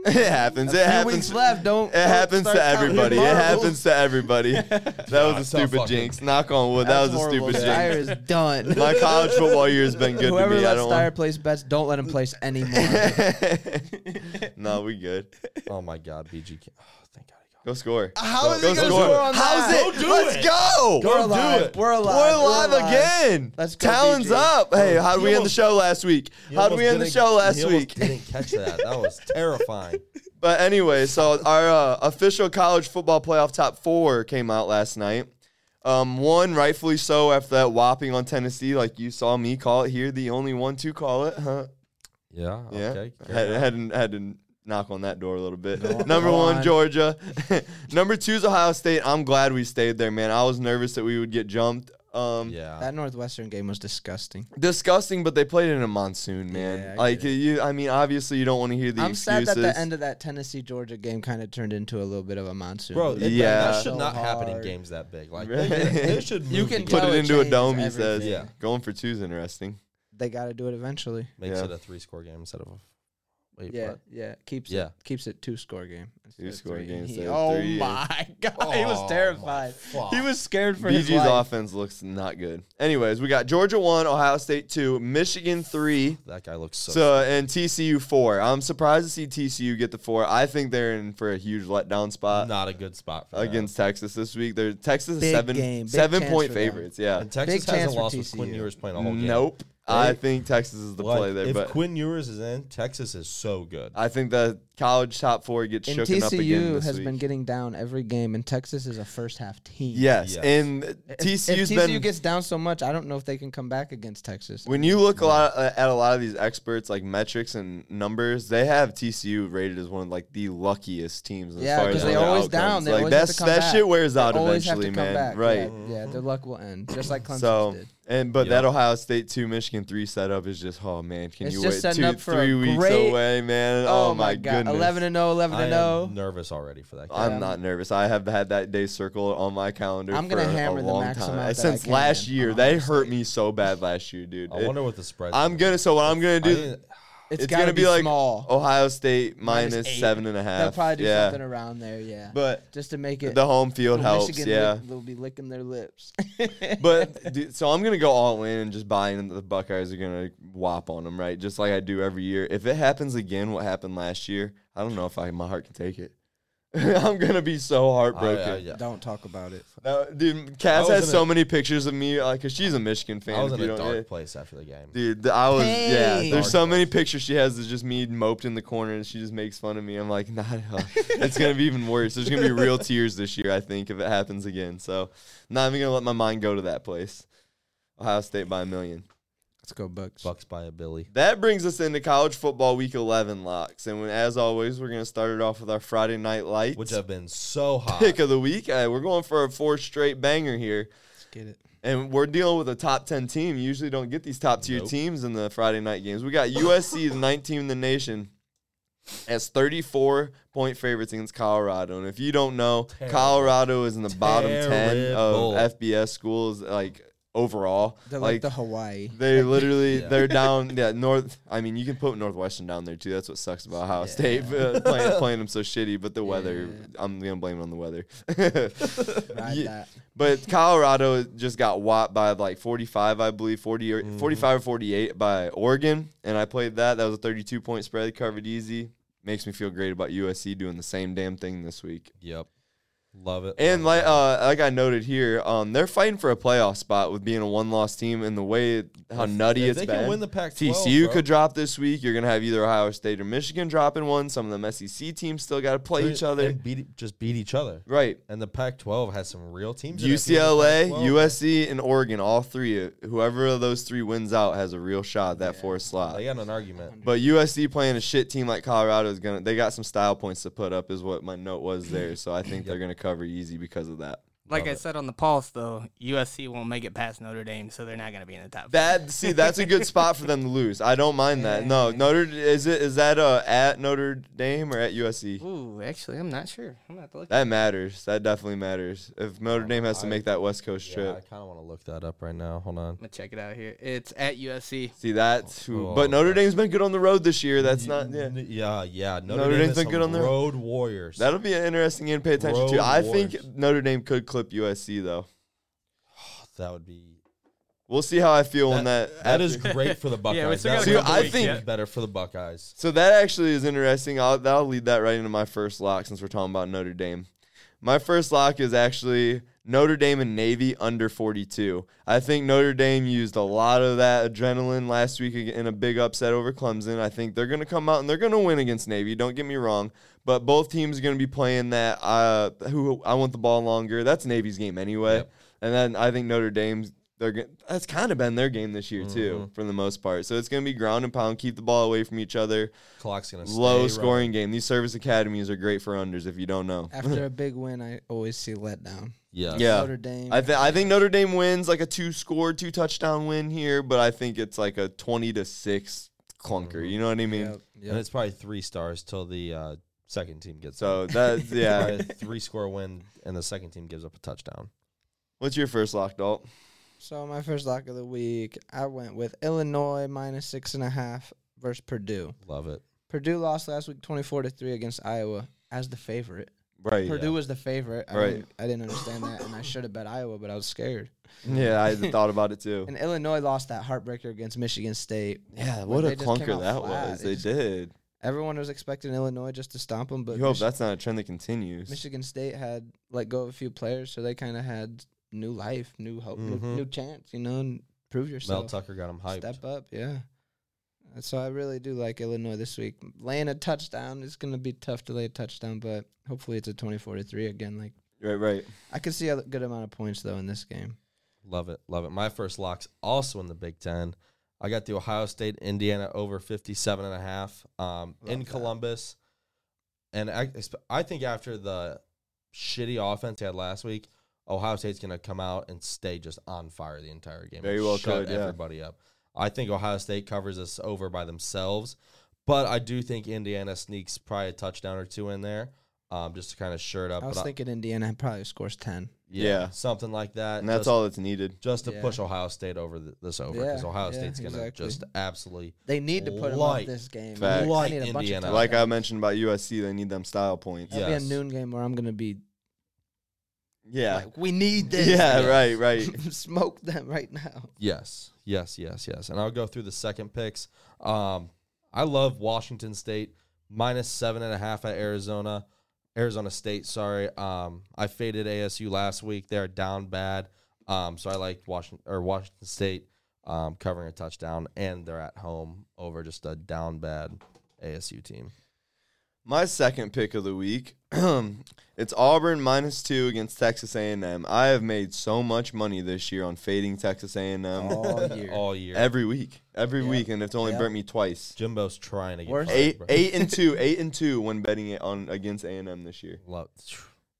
[laughs] it happens. It Two weeks happens. left. Don't. It happens to everybody. It happens to [laughs] everybody. That was a it's a stupid fucid jinx. Knock on wood. That was a stupid Steyer jinx. is done. [laughs] My college football year has been good Whoever to me. I lets don't Steyer place bets, don't let [laughs] him place anymore. want. no, we good. Oh my god, BG. ca- Oh, thank God. he got- Go score. How is Go he gonna score on How's that? it? Let's go. We're alive. We're alive. We're alive again. Let's go, Talons BG. up. Hey, how did He we end the almost- show last week? [laughs] He How did we almost end the didn't- show last he almost week? Didn't catch that. That was terrifying. But anyway, so our uh, official college football playoff top four came out last night. Um, one, rightfully so, after that whopping on Tennessee, like you saw me call it here, the only one to call it, huh? Yeah. Yeah, Okay. had, carry on. had, to- had to knock on that door a little bit. [laughs] No, Number go one, on. Georgia. [laughs] Number two is Ohio State. I'm glad we stayed there, man. I was nervous that we would get jumped. Um, Yeah. That Northwestern game was disgusting. Disgusting, but they played in a monsoon, man. Yeah, I like get it. you, I mean, obviously you don't want to hear the I'm sad excuses. that the end of that Tennessee Georgia game kind of turned into a little bit of a monsoon. Bro, it, yeah. Yeah. that, should So not happen in hard. games that big. Like Right. they, they should move You the can game. Put Tell it it into a changes dome, he says. everything. Yeah. Going for two's interesting. they got to do it eventually. makes Yeah. it a three score game instead of a wait. yeah, what? yeah, keeps Yeah. it keeps it two score game. instead of Two-score three. game He- instead of oh three. my [laughs] god, he Oh, my was terrified. fuck. He was scared for his BG's life. offense looks not good. Anyways, we got Georgia one, Ohio State two, Michigan three, That guy looks so. so and TCU four. I'm surprised to see TCU get the four. I think they're in for a huge letdown spot not a good spot for uh, against Texas this week. They're Texas is Big seven game, big seven chance point for them. favorites. That. Yeah. And Texas chance hasn't for lost with Quinn TCU. Ewers playing a whole game. uh, Nope. I They- think Texas is the Like, play there, if but Quinn Ewers is in, Texas is so good. I think the college top four gets And shooken up again TCU this has week. been getting down every game, and Texas is a first half team. yes. Yes. and If- TCU's if TCU been gets down so much, I don't know if they can come back against Texas. When you look a lot uh, at a lot of these experts, like metrics and numbers, they have TCU rated as one of like the luckiest teams. As Yeah, far as 'cause they other always outcomes. down. They like always have that's to come that back. shit wears out always have to eventually, man. come back. Right. Yeah, yeah, their luck will end, just like Clemson So did. and but that Yeah. Ohio State two Michigan three setup is just oh man, can It's you just wait setting two up for a three weeks great- away, man? Oh, Oh, my god, goodness. eleven and 0, 11 I and oh. am 0. nervous already for that. Game. I'm Yeah. not nervous. I have had that day circled on my calendar. I'm gonna for a- hammer a the long maximum time. out that I since can, last year. They hurt honestly. me so bad last year, dude. I wonder what the spread. I'm gonna. So what I'm gonna do? It's, it's gotta gonna be, be like small. Ohio State Minus minus, eight. minus seven and a half. They'll probably do yeah. something around there, yeah. But just to make it the home field Well, helps. Michigan yeah. lick- they'll be licking their lips. [laughs] but dude, so I'm gonna go all in and just buy in that the Buckeyes are gonna whop on them, right? Just like I do every year. If it [laughs] happens again, what happened last year? I don't know if I my heart can take it. I'm gonna be so heartbroken. I, I, yeah. Don't talk about it. No, dude, I was Cass in has a- so many pictures of me, like, cause she's a Michigan fan. I was if in you a don't- dark yeah. place after the game. Dude, th- I was Hey. yeah. There's so Dark many pictures she has that's just me moped in the corner, and she just makes fun of me. I'm like, nah, [laughs] hell. it's gonna be even worse. There's gonna [laughs] be real tears this year, I think, if it happens again. So, not even gonna let my mind go to that place. Ohio State by a million. Let's go Bucks. Bucks by a Billy. That brings us into college football week 11 locks, and when, as always, we're gonna start it off with our Friday night lights Which have been [laughs] so hot. pick of the week. Uh, we're going for a four straight banger here. Let's get it. And we're dealing with a top 10 team. You usually don't get these top tier Nope. teams in the Friday night games. We got USC, the ninth team in the nation, as 34 point favorites against Colorado. And if you don't know, Terrible. Colorado is in the bottom 10 Terrible. of FBS schools, like overall. They're like like, the Hawaii. [laughs] they literally Yeah. they're down yeah north I mean you can put Northwestern down there too that's what sucks about Ohio State [laughs] uh, playing, playing them so shitty but the weather I'm gonna blame it on the weather [laughs] Ride Ye- that. but Colorado just got whopped by like 45, I believe, 40 or, Mm-hmm. 45 or 48 by Oregon. And I played that. That was a 32 point spread, covered easy. Makes me feel great about USC doing the same damn thing this week. Yep. Love it. And Love like uh, like I noted here, um, they're fighting for a playoff spot with being a one loss team and the way how If- nutty if it's they been. can win the Pac-12, TCU bro. could drop this week. You're gonna have either Ohio State or Michigan dropping one. Some of them SEC teams still got to it. play each other. And beat, just beat each other. right. And the Pac 12 has some real teams. in it. UCLA, If you look at USC, and Oregon, all three. uh, Whoever of those three wins out has a real shot at that fourth the 12, slot. They got in an argument. But USC playing a shit team like Colorado is gonna. They got some style points to put up, is what my note [laughs] was there. So I think they're gonna cover easy because of that. Like Love I it. said on the pulse, though, USC won't make it past Notre Dame, so they're not going to be in the top. That see, that's a good spot for them to lose. I don't mind that. No, Notre is it is that uh at Notre Dame or at USC? Ooh, actually, I'm not sure. I'm not to look. That matters. That definitely matters. If Notre Dame has to make that West Coast Oh, Yeah, trip, I kind of want to look that up right now. Hold on. I'm gonna check it out here. It's at USC. see that's who. Oh, But Notre that's- Dame's been good on the road this year. That's not. Yeah. N- yeah, yeah. Notre, Notre Dame Dame's is been some good on their- road warriors. That'll be an interesting game to pay attention Road to. I wars. think Notre Dame could clip USC though. that would be. We'll see how I feel on that. That is after. great for the Yeah, we Buckeyes. still got That a would couple be weeks yet. better for the Buckeyes. [laughs] so that actually is interesting. I'll that'll lead that right into my first lock since we're talking about Notre Dame. My first lock is actually Notre Dame and Navy under 42. I think Notre Dame used a lot of that adrenaline last week in a big upset over Clemson. I think they're going to come out and they're going to win against Navy. Don't get me wrong, but both teams are going to be playing that. Uh, who I want the ball longer. That's Navy's game anyway. Yep. And then I think Notre Dame's they're go- that's kind of been their game this year too, Mm-hmm. for the most part. So it's going to be ground and pound, keep the ball away from each other, Clock's gonna stay low running. scoring game. These service academies are great for unders if you don't know. After a big win, I always see letdown. Yeah, Yeah. Notre Dame. I, th- I think Notre Dame wins like a two score, two touchdown win here, but I think it's like a 20 to 6 clunker. Mm-hmm. You know what I mean? Yep, yep. and it's probably three stars till the uh, second team gets. up. [laughs] So [laughs] that yeah. Probably a three score win, and the second team gives up a touchdown. What's your first lock, Dalt? So my first lock of the week, I went with Illinois minus six and a half versus Purdue. Love it. Purdue lost last week twenty four to three against Iowa as the favorite. Right. Purdue was the favorite. I Right. didn't, I didn't understand that, and I should have bet Iowa, but I was scared. Yeah, I thought about it too. And Illinois lost that heartbreaker against Michigan State. Yeah, when what a they just came clunker out that flat. was. It They just- did. Everyone was expecting Illinois just to stomp them, but You hope Mich- that's not a trend that continues. Michigan State had let go of a few players, so they kind of had new life, new hope, Mhm. Mm-hmm. new, new chance. You know, and prove Mel yourself. Tucker got him hyped. Step up, yeah. Uh, So I really do like Illinois this week. Laying a touchdown is going to be tough to lay a touchdown, but hopefully it's a twenty-four to three again. Like Right, right. I could see a good amount of points though in this game. Love it. Love it. My first locks also in the Big Ten. I got the Ohio State, Indiana over 57 and a half um, in that. Columbus. And I, I think after the shitty offense they had last week, Ohio State's going to come out and stay just on fire the entire game. Very and well shut could, yeah. everybody up. I think Ohio State covers us over by themselves, but I do think Indiana sneaks probably a touchdown or two in there um, just to kind of shirt up. I was but I- thinking Indiana probably scores ten. Yeah. something like that. And that's just- all that's needed. just to Yeah. push Ohio State over th- this over because Yeah, Ohio yeah, State's gonna exactly. just absolutely They need to put 'em Light. up this game. Facts. I Light need a bunch Indiana. of Like I touchdowns. mentioned about USC, they need them style points. Yeah. That'll be Yes. a noon game where I'm going to be Yeah. like, we need [laughs] this. Yeah, right, [laughs] right. Smoke them right now. yes, yes, yes, yes. And I'll go through the second picks. Um, I love Washington State minus seven and a half at Arizona. Arizona State. Sorry, um, I faded ASU last week. They're down bad, um, so I like Washington or Washington State um, covering a touchdown, and they're at home over just a down bad ASU team. My second pick of the week, [clears throat] it's Auburn minus two against Texas A&M. I have made so much money this year on fading Texas A&M [laughs] [laughs] All year. All year, every week, every Oh, Yeah. week, and it's only Yeah. burnt me twice. Jimbo's trying to get Worst- fired, [laughs] Eight, bro. eight and [laughs] two, eight and two when betting it on against A&M this year. Lo-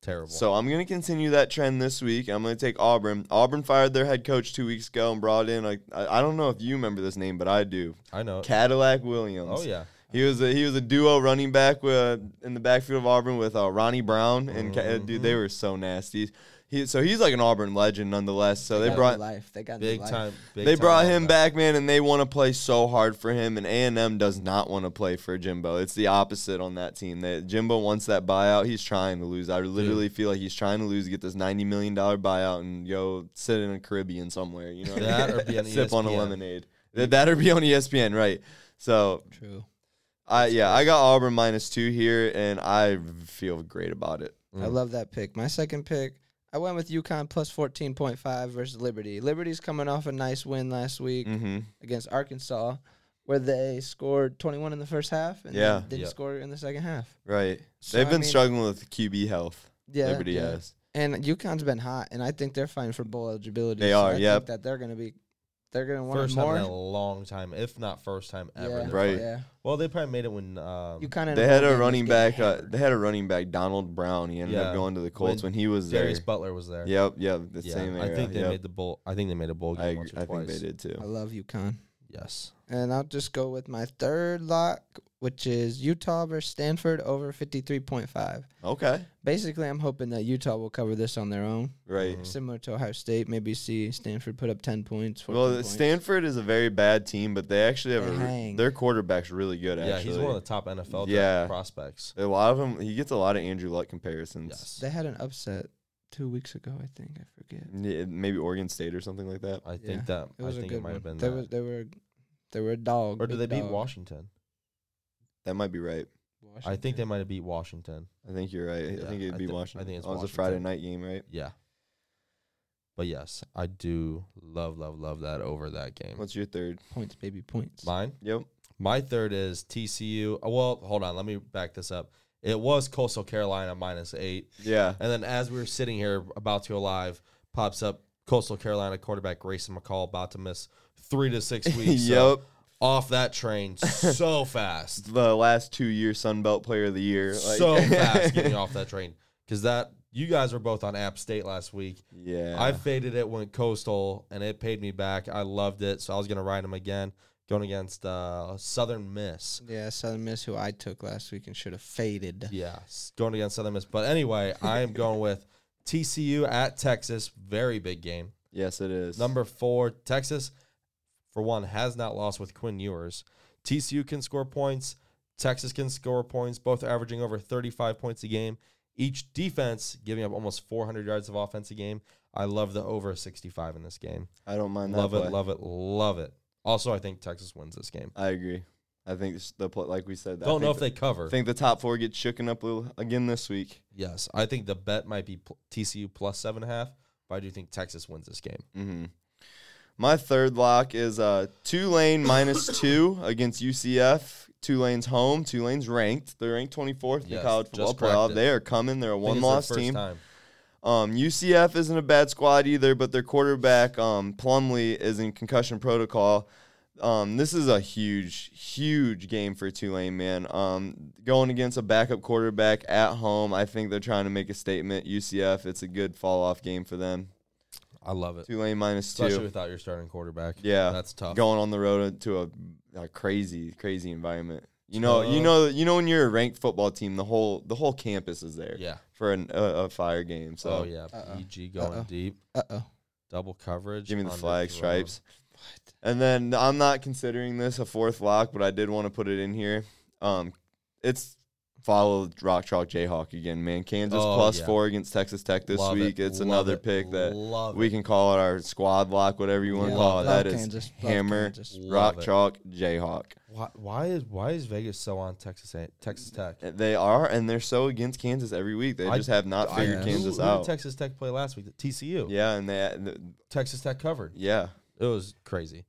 terrible. So I'm going to continue that trend this week. I'm going to take Auburn. Auburn fired their head coach two weeks ago and brought in like I, I don't know if you remember this name, but I do. I know. Cadillac Williams. Oh yeah, He was a, he was a duo running back uh, in the backfield of Auburn with uh, Ronnie Brown and Ca- uh, dude Mm-hmm. they were so nasty. He so he's like an Auburn legend nonetheless. So they got brought new life. They got new big life. time. Big they time brought on him that. back, man, and they want to play so hard for him. And A and M does not want to play for Jimbo. It's the opposite on that team. That Jimbo wants that buyout. He's trying to lose. I literally feel like he's trying to lose, get this ninety million dollar buyout, and go sit in a Caribbean somewhere. You know, what I That mean? or be on [laughs] E sip on a ESPN. lemonade. Th- That or be on E ESPN, right? So True. I yeah, I got Auburn minus two here, and I feel great about it. I Mm. love that pick. My second pick, I went with UConn plus 14.5 versus Liberty. Liberty's coming off a nice win last week Mm-hmm. against Arkansas, where they scored 21 in the first half and Yeah. then didn't Yeah. score in the second half. Right. So, They've I been mean- struggling with QB health. Yeah, Liberty yeah. has. And UConn's been hot, and I think they're fighting for bowl eligibility. They so are, I yep. think that they're going to be, they're going to want First it time more. in a long time, if not first time ever. yeah, they're Right. playing. Yeah. Well, they probably made it when um, UConn. and They had Oregon a was running getting back. Uh, hammered. they had a running back, Donald Brown. He ended up Yeah. going to the Colts when, When he was there. Darius Butler was there. Yep, yep, the same I era. think they yep. made the bowl. I think they made a bowl game I, once or agree- I twice. think they did I too. love UConn. Yes. And I'll just go with my third lock, which is Utah versus Stanford over 53.5. Okay, Basically, I'm hoping that Utah will cover this on their own, right. Mhm. similar to Ohio State. Maybe see Stanford put up 10 points. 14 Well, points. Stanford is a very bad team, but they actually have They a re- hang. their quarterback's really good. Actually, Yeah, he's one of the top NFL draft Yeah. prospects. a lot of them. He gets a lot of Andrew Luck comparisons. Yes. they had an upset two weeks ago, I think. I forget. Yeah, maybe Oregon State or something like that. I think Yeah. that It Hmm. I was a think good it might one. have been they that. Was, they were they were a dog. or did they big beat dog. Washington? That might be right. I think they Washington. might have beat Washington. I think you're right. I Yeah, think I it'd be thi- I Washington. think it's oh, it's a Washington. Friday night game, right? [laughs] Yeah. But yes, I do love, love, love that over that game. What's your third? points, baby points. Mine? [laughs] Yep. My third is TCU. Oh, Well, hold on. Let me back this up. It was Coastal Carolina minus eight. [laughs] Yeah. And then as we were sitting here about to go live, pops up Coastal Carolina quarterback Grayson McCall about to miss three to [laughs] six weeks. So yep. off that [laughs] train so fast. The last two year Sunbelt Player of the Year. like- [laughs] so fast getting off that train. Because that you guys were both on App State last week. Yeah. I faded it when coastal and it paid me back. I loved it. So I was gonna ride him again. Going against uh, Southern Miss. Yeah, Southern Miss, who I took last week and should have faded. Yeah, s- going against Southern Miss. But [laughs] anyway, I am going with TCU at Texas. Very big game. yes, it is. Number four, Texas, for one, has not lost with Quinn Ewers. TCU can score points. Texas can score points, both averaging over 35 points a game. Each defense giving up almost 400 yards of offense a game. I love the over 65 in this game. I don't mind Love that. it, play. love it, love it. Also, I think Texas wins this game. I agree. I think s- the pl- like we said. I Don't know think if they cover. the, think the top four gets shooken up a little again this week. Yes, I think the bet might be pl- TCU plus seven and a half, but I do think Texas wins this game. hmm My third lock is uh, Tulane [laughs] minus two against UCF. Tulane's home. Tulane's ranked. They're ranked 24th in the Yes, college football just cracked playoff. it. They are coming. They're a I think one it's their loss first team. time. Um, UCF isn't a bad squad either, but their quarterback um, Plumlee is in concussion protocol. Um, this is a huge, huge game for Tulane, man. Um, going against a backup quarterback at home, I think they're trying to make a statement. UCF, it's a good fall off game for them. I love it, Tulane minus especially two, without your starting quarterback. Yeah. that's tough. going on the road to a, a crazy, crazy environment. You know, you Tough. know, you know, when you're a ranked football team, the whole the whole campus is there Yeah. for an, a, a fire game. So Uh-uh. oh yeah, Uh-oh. PG going Uh-oh. deep, Uh oh. double coverage. Give me the underthrown. flag stripes. And then I'm not considering this a fourth lock, but I did want to put it in here. Um, it's follow Rock Chalk Jayhawk again, man. Kansas Oh, plus yeah. four against Texas Tech this Love week. it, It's love another it, pick that love we it. can call it our squad lock, whatever you want to Yeah. call it. Love That is Kansas, love hammer Kansas. Love Rock it. Chalk Jayhawk. Why, why is why is Vegas so on Texas A- Texas Tech? They are, and they're so against Kansas every week. They I- just have not I- figured who- Kansas who, out. Did Texas Tech play last week? TCU. yeah, and they, th- Texas Tech covered. yeah, It was crazy,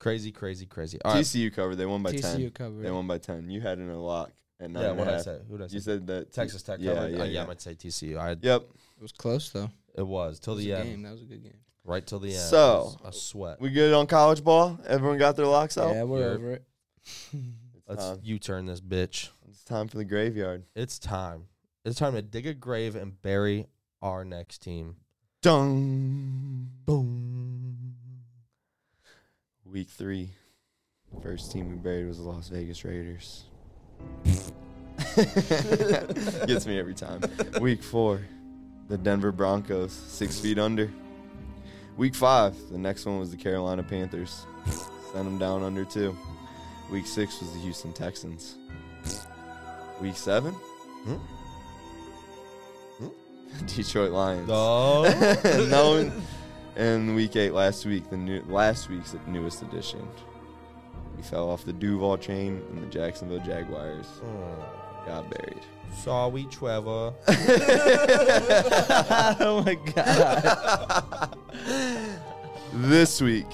crazy, crazy, crazy. All right. TCU covered. They won by TCU ten. covered. They won by ten. You had in a lock and nine yeah. and a What I half. said? Who did I say? You said that Texas Tech Yeah, covered. yeah, Uh, yeah, yeah. I might say TCU. I Yep. It was close though. it was till It was the a end, game. That was a good game. right till the end. It So, was a sweat. We good on college ball? Everyone got their locks out. yeah, we're You're- over it. [laughs] Let's time. U-turn this bitch. It's time for the graveyard. It's time. It's time to dig a grave and bury our next team. Dung. Boom. Week three. First team we buried was the Las Vegas Raiders. [laughs] Gets me every time. Week four, the Denver Broncos, six feet under. Week five, the next one was the Carolina Panthers. Sent them down under two. Week six was the Houston Texans. Week seven, Hmm? Hmm? [laughs] Detroit Lions. Oh. [laughs] no, one- and week eight last week, the new last week's newest edition. We fell off the Duval chain, and the Jacksonville Jaguars Mm. got buried. Sorry, Trevor. oh my god. This week,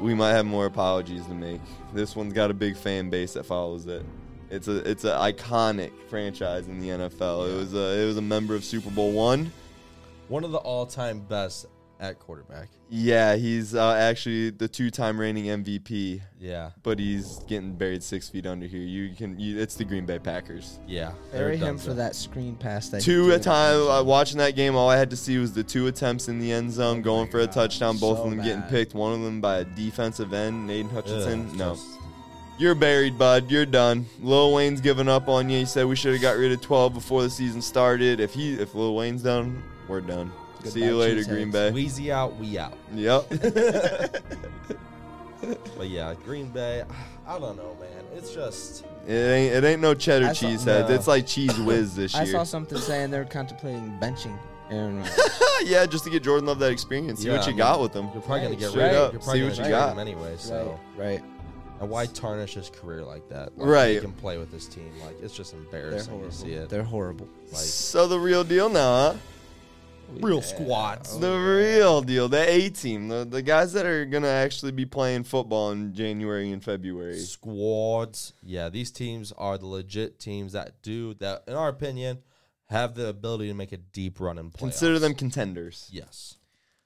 we might have more apologies to make. This one's got a big fan base that follows it. It's a it's an iconic franchise in the NFL. It was a it was a member of Super Bowl one. One of the all-time best at quarterback. Yeah, he's uh, actually the two time reigning MVP. Yeah. but he's getting buried six feet under here. You can, you, it's the Green Bay Packers. Yeah. they're Bury him donezo. for that screen pass that he Two at threw. time. Uh, watching that game, all I had to see was the two attempts in the end Oh zone, going for a touchdown. Both so of them getting bad. picked. One of them by a defensive end, Naden Ugh, Hutchinson. no, just- you're buried, bud. You're done. Lil Wayne's giving up on you. He said we should have got rid of 12 before the season started. If he, if Lil Wayne's done, we're done. Goodbye, see you later, cheeseheads. Green Bay. Wheezy out, we [laughs] out. [laughs] yep. But yeah, Green Bay, I don't know, man. It's just It ain't, it ain't no cheddar I saw- cheese heads. No. It's [laughs] like cheese whiz this year. [laughs] I saw something saying they're contemplating benching Aaron Rodgers. yeah, just to get Jordan Love that experience. See Yeah, what I you mean, got with him. you're probably gonna Right, get straight rid up. of. You're probably See what gonna you get rid got. of him anyway. So right. and why tarnish his career like that? Like, Right. he can play with this team. Like it's just They're embarrassing horrible. to see it. They're horrible. Like So the real deal now, huh? real squads. the real deal. The A team. The, the guys that are going to actually be playing football in January and February. Squads. Yeah, these teams are the legit teams that do that. In our opinion, have the ability to make a deep run and play. Consider them contenders. Yes,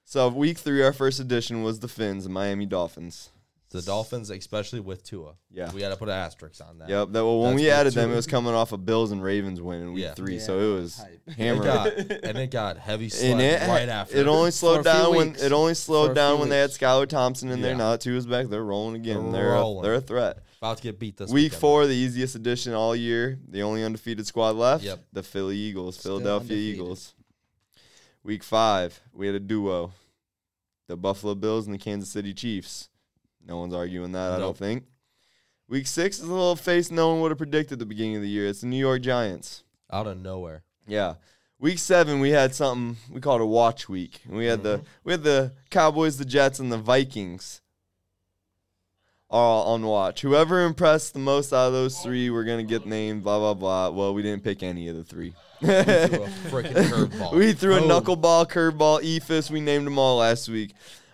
So week three, our first edition was the Finns and Miami Dolphins. the Dolphins, especially with Tua. Yeah. we got to put an asterisk on that. Yep. That, well, when That's we good added too. them, it was coming off a Bills and Ravens win in week Yeah. three. Yeah, So it was hype. It hammered. got, [laughs] and it got heavy and slap it, right after. it only For slowed a few down when weeks. it only For slowed a down few when they had weeks. Skylar Thompson in there. Yeah. Now Tua's back. They're rolling again. They're They're a, rolling. they're a threat. about to get beat this Week weekend. four, the easiest edition all year. The only undefeated squad left. Yep. The Philly Eagles, Still Philadelphia undefeated. Eagles. Week five, we had a duo. The Buffalo Bills and the Kansas City Chiefs. No one's arguing that, I don't Nope. think. Week six is a little face no one would have predicted at the beginning of the year. It's the New York Giants. out of [laughs] nowhere. Yeah. Week seven, we had something we called a watch week. And we had the Mm-hmm. we had the Cowboys, the Jets, and the Vikings all on watch. Whoever impressed the most out of those three, we're gonna get named. Blah blah blah. Well, we didn't pick any of the three. [laughs] threw a freaking curveball. Oh we threw a Boom. knuckleball, curveball, ephus. We named them all last week.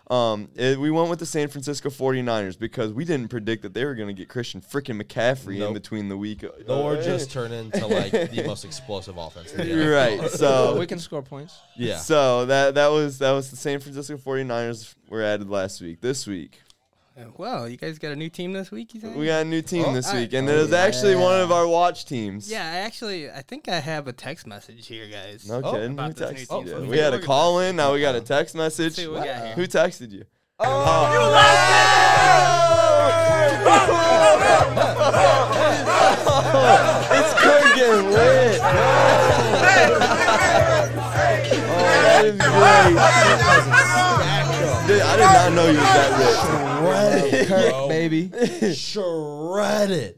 Um, it- we went with the San Francisco 49ers because we didn't predict that they were going to get Christian freaking McCaffrey in Nope. between the week. uh, Or just turn into like the most explosive offense. in the NFL. [laughs] right. So [laughs] So [laughs] we can score points. Yeah. [laughs] So that that was that was the San Francisco 49ers were added last week. This week Uh, Well, you guys got a new team this week, you think? we got a new team Oh, this I- week, and it was actually one of our watch teams. yeah, I actually, I think I have a text message here, guys. No Oh, kidding. Who about this new texted team. you? Oh, we had a okay. call in. Now we got a text message. see what we got here. Who texted you? Oh, you left it! It's Kirk getting lit. Oh, that is great. Dude, I did not know you was that lit. Kirk, Bro. baby. Shredded.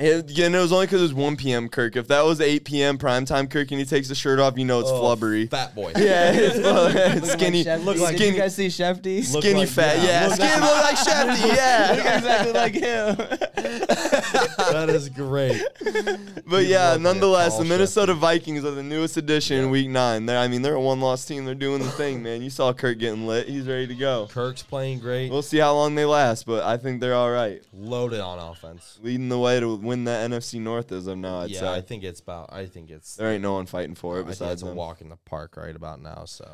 It, yeah, and it was only because it was 1 p.m. Kirk. If that was 8 p.m. primetime Kirk and he takes the shirt off, you know it's Oh, flubbery. Fat boy. [laughs] Yeah, it's flubbery. Look like [laughs] skinny, Shefty. look like- Did you guys see Shefty? Look skinny like- fat. Yeah, look skinny [laughs] look like Shefty. Look Yeah. [laughs] exactly like him. [laughs] that is [laughs] great. But You yeah, look like a nonetheless, tall the Minnesota Vikings are the newest addition in Week Nine. They're, I mean, they're a one-loss team. They're doing the thing, man. You saw Kirk getting lit. He's ready to go. Kirk's playing great. We'll see how long they last, but I think they're all right. Loaded on offense. Leading the way to win the NFC North as of now. I'd yeah, say I think it's about. I think it's. there ain't no one fighting I for it think besides it's a them. walk in the park right about now. So,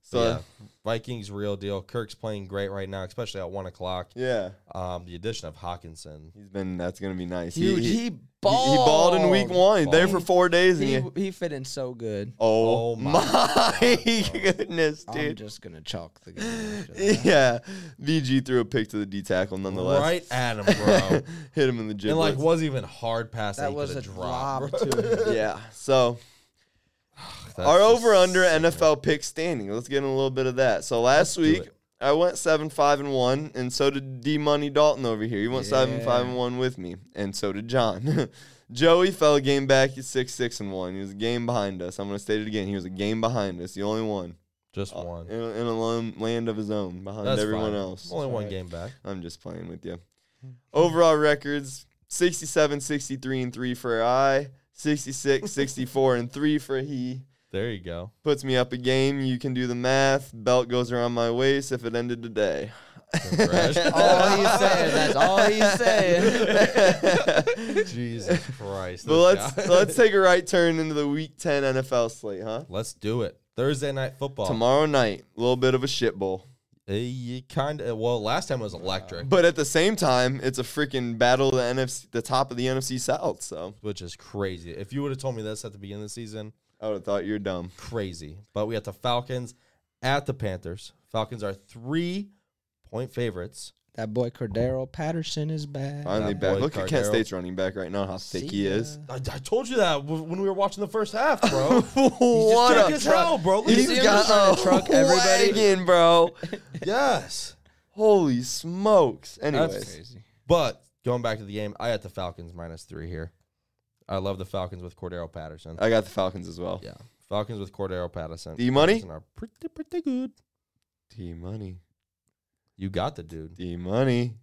So yeah, Vikings real deal. Kirk's playing great right now, especially at one o'clock. yeah, Um, the addition of Hawkinson. he's been. That's gonna be nice. He- Dude, he, he, he- balled. he balled in Week One. There for Balled. four days, and He, he, he fit in so good. oh, Oh my my, [laughs] goodness, I'm dude. just gonna chalk the game. after that. [laughs] Yeah, VG threw a pick to the D tackle. Nonetheless, [laughs] Right at him, bro. hit him in the and like giblets. wasn't even hard pass that, That he was a could have dropped. drop bro. [laughs] too. yeah. So [laughs] That's our just over under sick, man. NFL pick standing. Let's get in a little bit of that. So Let's last do week it. I went seven five and one, and so did D Money Dalton over here. He went seven Yeah. five and one with me, and so did John. [laughs] Joey fell a game back. He's six six and one. He was a game behind us. I'm gonna state it again. He was a game behind us. The only one Just Uh, one. in, in a lone land of his own behind That's everyone fine. Hmm. else. Only one Alright. game back. I'm just playing with you. Overall records 67, 63, and 3 for I, [laughs] 66, 64, and 3 for he. There you [laughs] go. Puts me up a game. You can do the math. Belt goes around my waist if it ended today. Congrats. [laughs] all he's saying. That's all [laughs] he's saying. Jesus Christ. but this let's guy. [laughs] let's take a right turn into the week 10 NFL slate, huh? Let's do it. Thursday night football. Tomorrow night, a little bit of a shit bowl. Uh, you kind of well, last time was electric, But at the same time, it's a freaking battle of the NFC the top of the NFC South, so which is crazy. If you would have told me this at the beginning of the season, I would have thought you're dumb. crazy. But we got the Falcons at the Panthers. Falcons are three point favorites. That boy Cordero Patterson is back. Finally That back. boy Look at Kent Cardero. State's running back right now, how thick he See ya. [laughs] is. I, I told you that w- when we were watching the first half, [laughs] bro. what thick as hell, bro. Look at see He's him. him got just trying a to truck everybody? wagon, [laughs] bro. yes. Holy smokes! That's Anyways, crazy. But going back to the game, I got the Falcons minus three here. I love the Falcons with Cordero Patterson. I got the Falcons as well. yeah, Falcons with Cordero Patterson. D money, Patterson are pretty pretty good. D money, You got the dude. D money.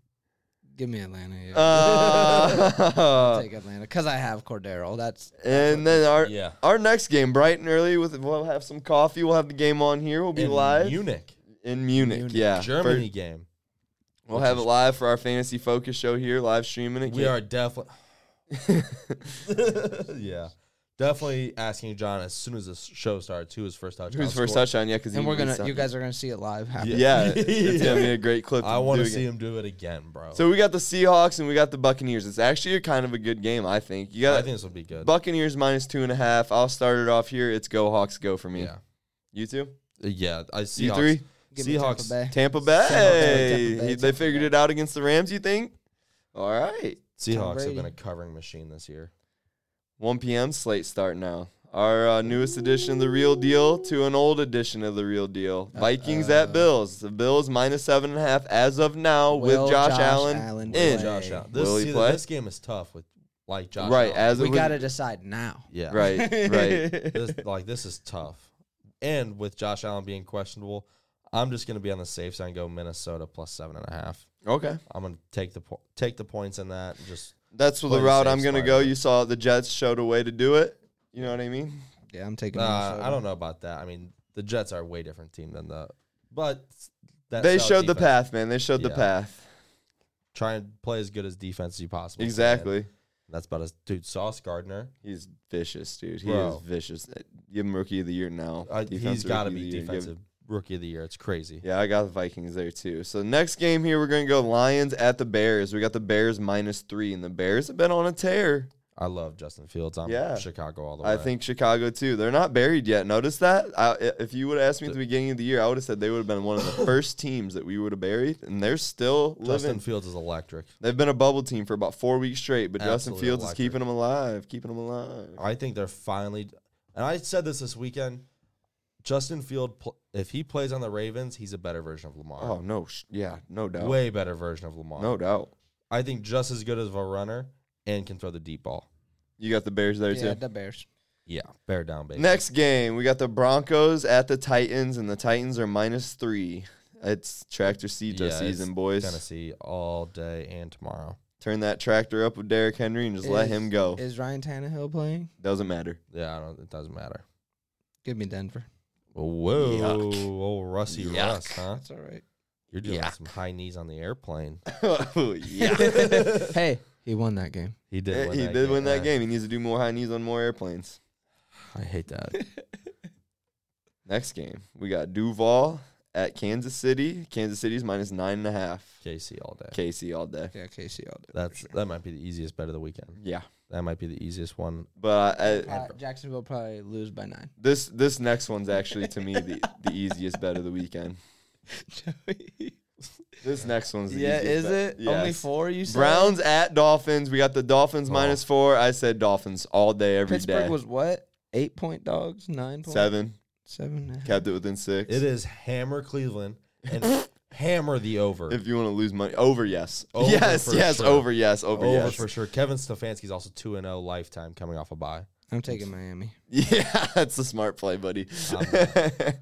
Give me Atlanta. Yeah. [laughs] I'll [laughs] Uh, take Atlanta because I have Cordero. That's and then our Yeah. our next game, bright and early. With we'll have some coffee. We'll have the game on here. We'll be In live Munich, in Munich. Munich. Yeah, Germany game. we we'll have it live for our fantasy focus show here, live streaming it. We are [laughs] definitely, yeah, definitely asking John as soon as the show starts who his first touchdown. Who's first scored. touchdown? Yeah, because and we're gonna. You guys are gonna see it live. Happen. Yeah, it's gonna be a great clip. I want do to again. see him do it again, bro. So we got the Seahawks and we got the Buccaneers. It's actually a kind of a good game, I think. You I got think this will be good. Buccaneers minus two and a half. I'll start it off here. It's go Hawks, go for me. yeah, You two, yeah. I you see. three, Give me Tampa Seahawks. Bay. Tampa Bay, Bay. Tampa Bay, He- they Tampa figured Bay. it out against the Rams. You think? All right. Seahawks have Brady. been a covering machine this year. 1 p.m. slate start now. Our uh, newest edition of the Real Deal to an old edition of the Real Deal. Vikings Uh-oh. at Bills. The Bills minus seven and a half as of now Will with Josh, Josh Allen, Allen in. Hey. play? Josh Allen. This, Will he see, play? this game is tough with like Josh. Right Allen. as we of gotta decide now. yeah, right right. [laughs] this, like this is tough. And with Josh Allen being questionable, I'm just gonna be on the safe side and go Minnesota plus seven and a half. Okay. I'm gonna take the po- take the points in that. and Just That's the Play the route safe I'm gonna side. go. You saw the Jets showed a way to do it. You know what I mean? Yeah, I'm taking. uh, Minnesota. I don't know about that. I mean, the Jets are a way different team than the, but that they solid showed the defense. path, man. They showed the Yeah. path. Try and play as good as defense as you possibly can. Exactly. That's about as dude. Sauce Gardner, He's vicious, dude. He Bro. is vicious. Uh, Give him rookie of the year now. uh, Defensive he's got to rookie be of the year. Give- defensive rookie of the year. It's crazy. Yeah, I got the Vikings there too. So next game here, we're gonna go Lions at the Bears. We got the Bears minus three, and the Bears have been on a tear. I love Justin Fields. I'm Yeah. Chicago all the way. I think Chicago too. They're not buried yet. Notice that. I, i- if you would have asked me at the beginning of the year, I would have said they would have been one of the first teams that we would have buried, and they're still Justin living. Fields is electric. They've been a bubble team for about four weeks straight, but Justin Absolutely Fields electric. is keeping them alive, keeping them alive. I think they're finally, and I said this this weekend. Justin Field, pl- if he plays on the Ravens, he's a better version of Oh Lamar. no, sh- yeah, no doubt, way better version of Lamar. no doubt. I think just as good as a runner and can throw the deep ball. You got the Bears there yeah, too. the Bears. Yeah, bear down, baby. Next game, we got the Broncos at the Titans, and the Titans are minus three. It's tractor Cita Yeah, season, boys. Tennessee all day and tomorrow. Turn that tractor up with Derrick Henry and just let Is- him go. Is Ryan Tannehill playing? Doesn't matter. Yeah, I don't. It doesn't matter. Give me Denver. Whoa, Yuck. old Rusty Yuck. Russ, huh? That's all right. You're doing Yuck. some high knees on the [laughs] airplane. [laughs] yeah. hey, he won that game. He he did. win that did win that uh, game. He needs to do more high knees on more airplanes. I hate that. Next game, we got Duval at Kansas City. Kansas City's minus nine and a half. KC all day. KC all day. Yeah, Casey all day. That's that might be the easiest bet of the weekend. Yeah, That might be the easiest one. but I, Uh, Jacksonville probably lose by nine. [laughs] this this next one's actually to me the, the easiest bet of the weekend. Joey. This next one's the Yeah, easiest is bet. it only Yes. four? You said Browns at Dolphins. We got the Dolphins Oh. minus four. I said Dolphins all day every day. Pittsburgh was what? Eight point dogs, nine point seven. seven and a half. Kept it within six. It is hammer Cleveland [laughs] and hammer the over. If you want to lose money, over yes, Over yes, for yes, sure. over yes, over, over yes. [laughs] for sure. Kevin Stefanski's also two and zero lifetime coming off a bye. I'm taking Miami. Yeah, that's a smart play, buddy. I'm [laughs]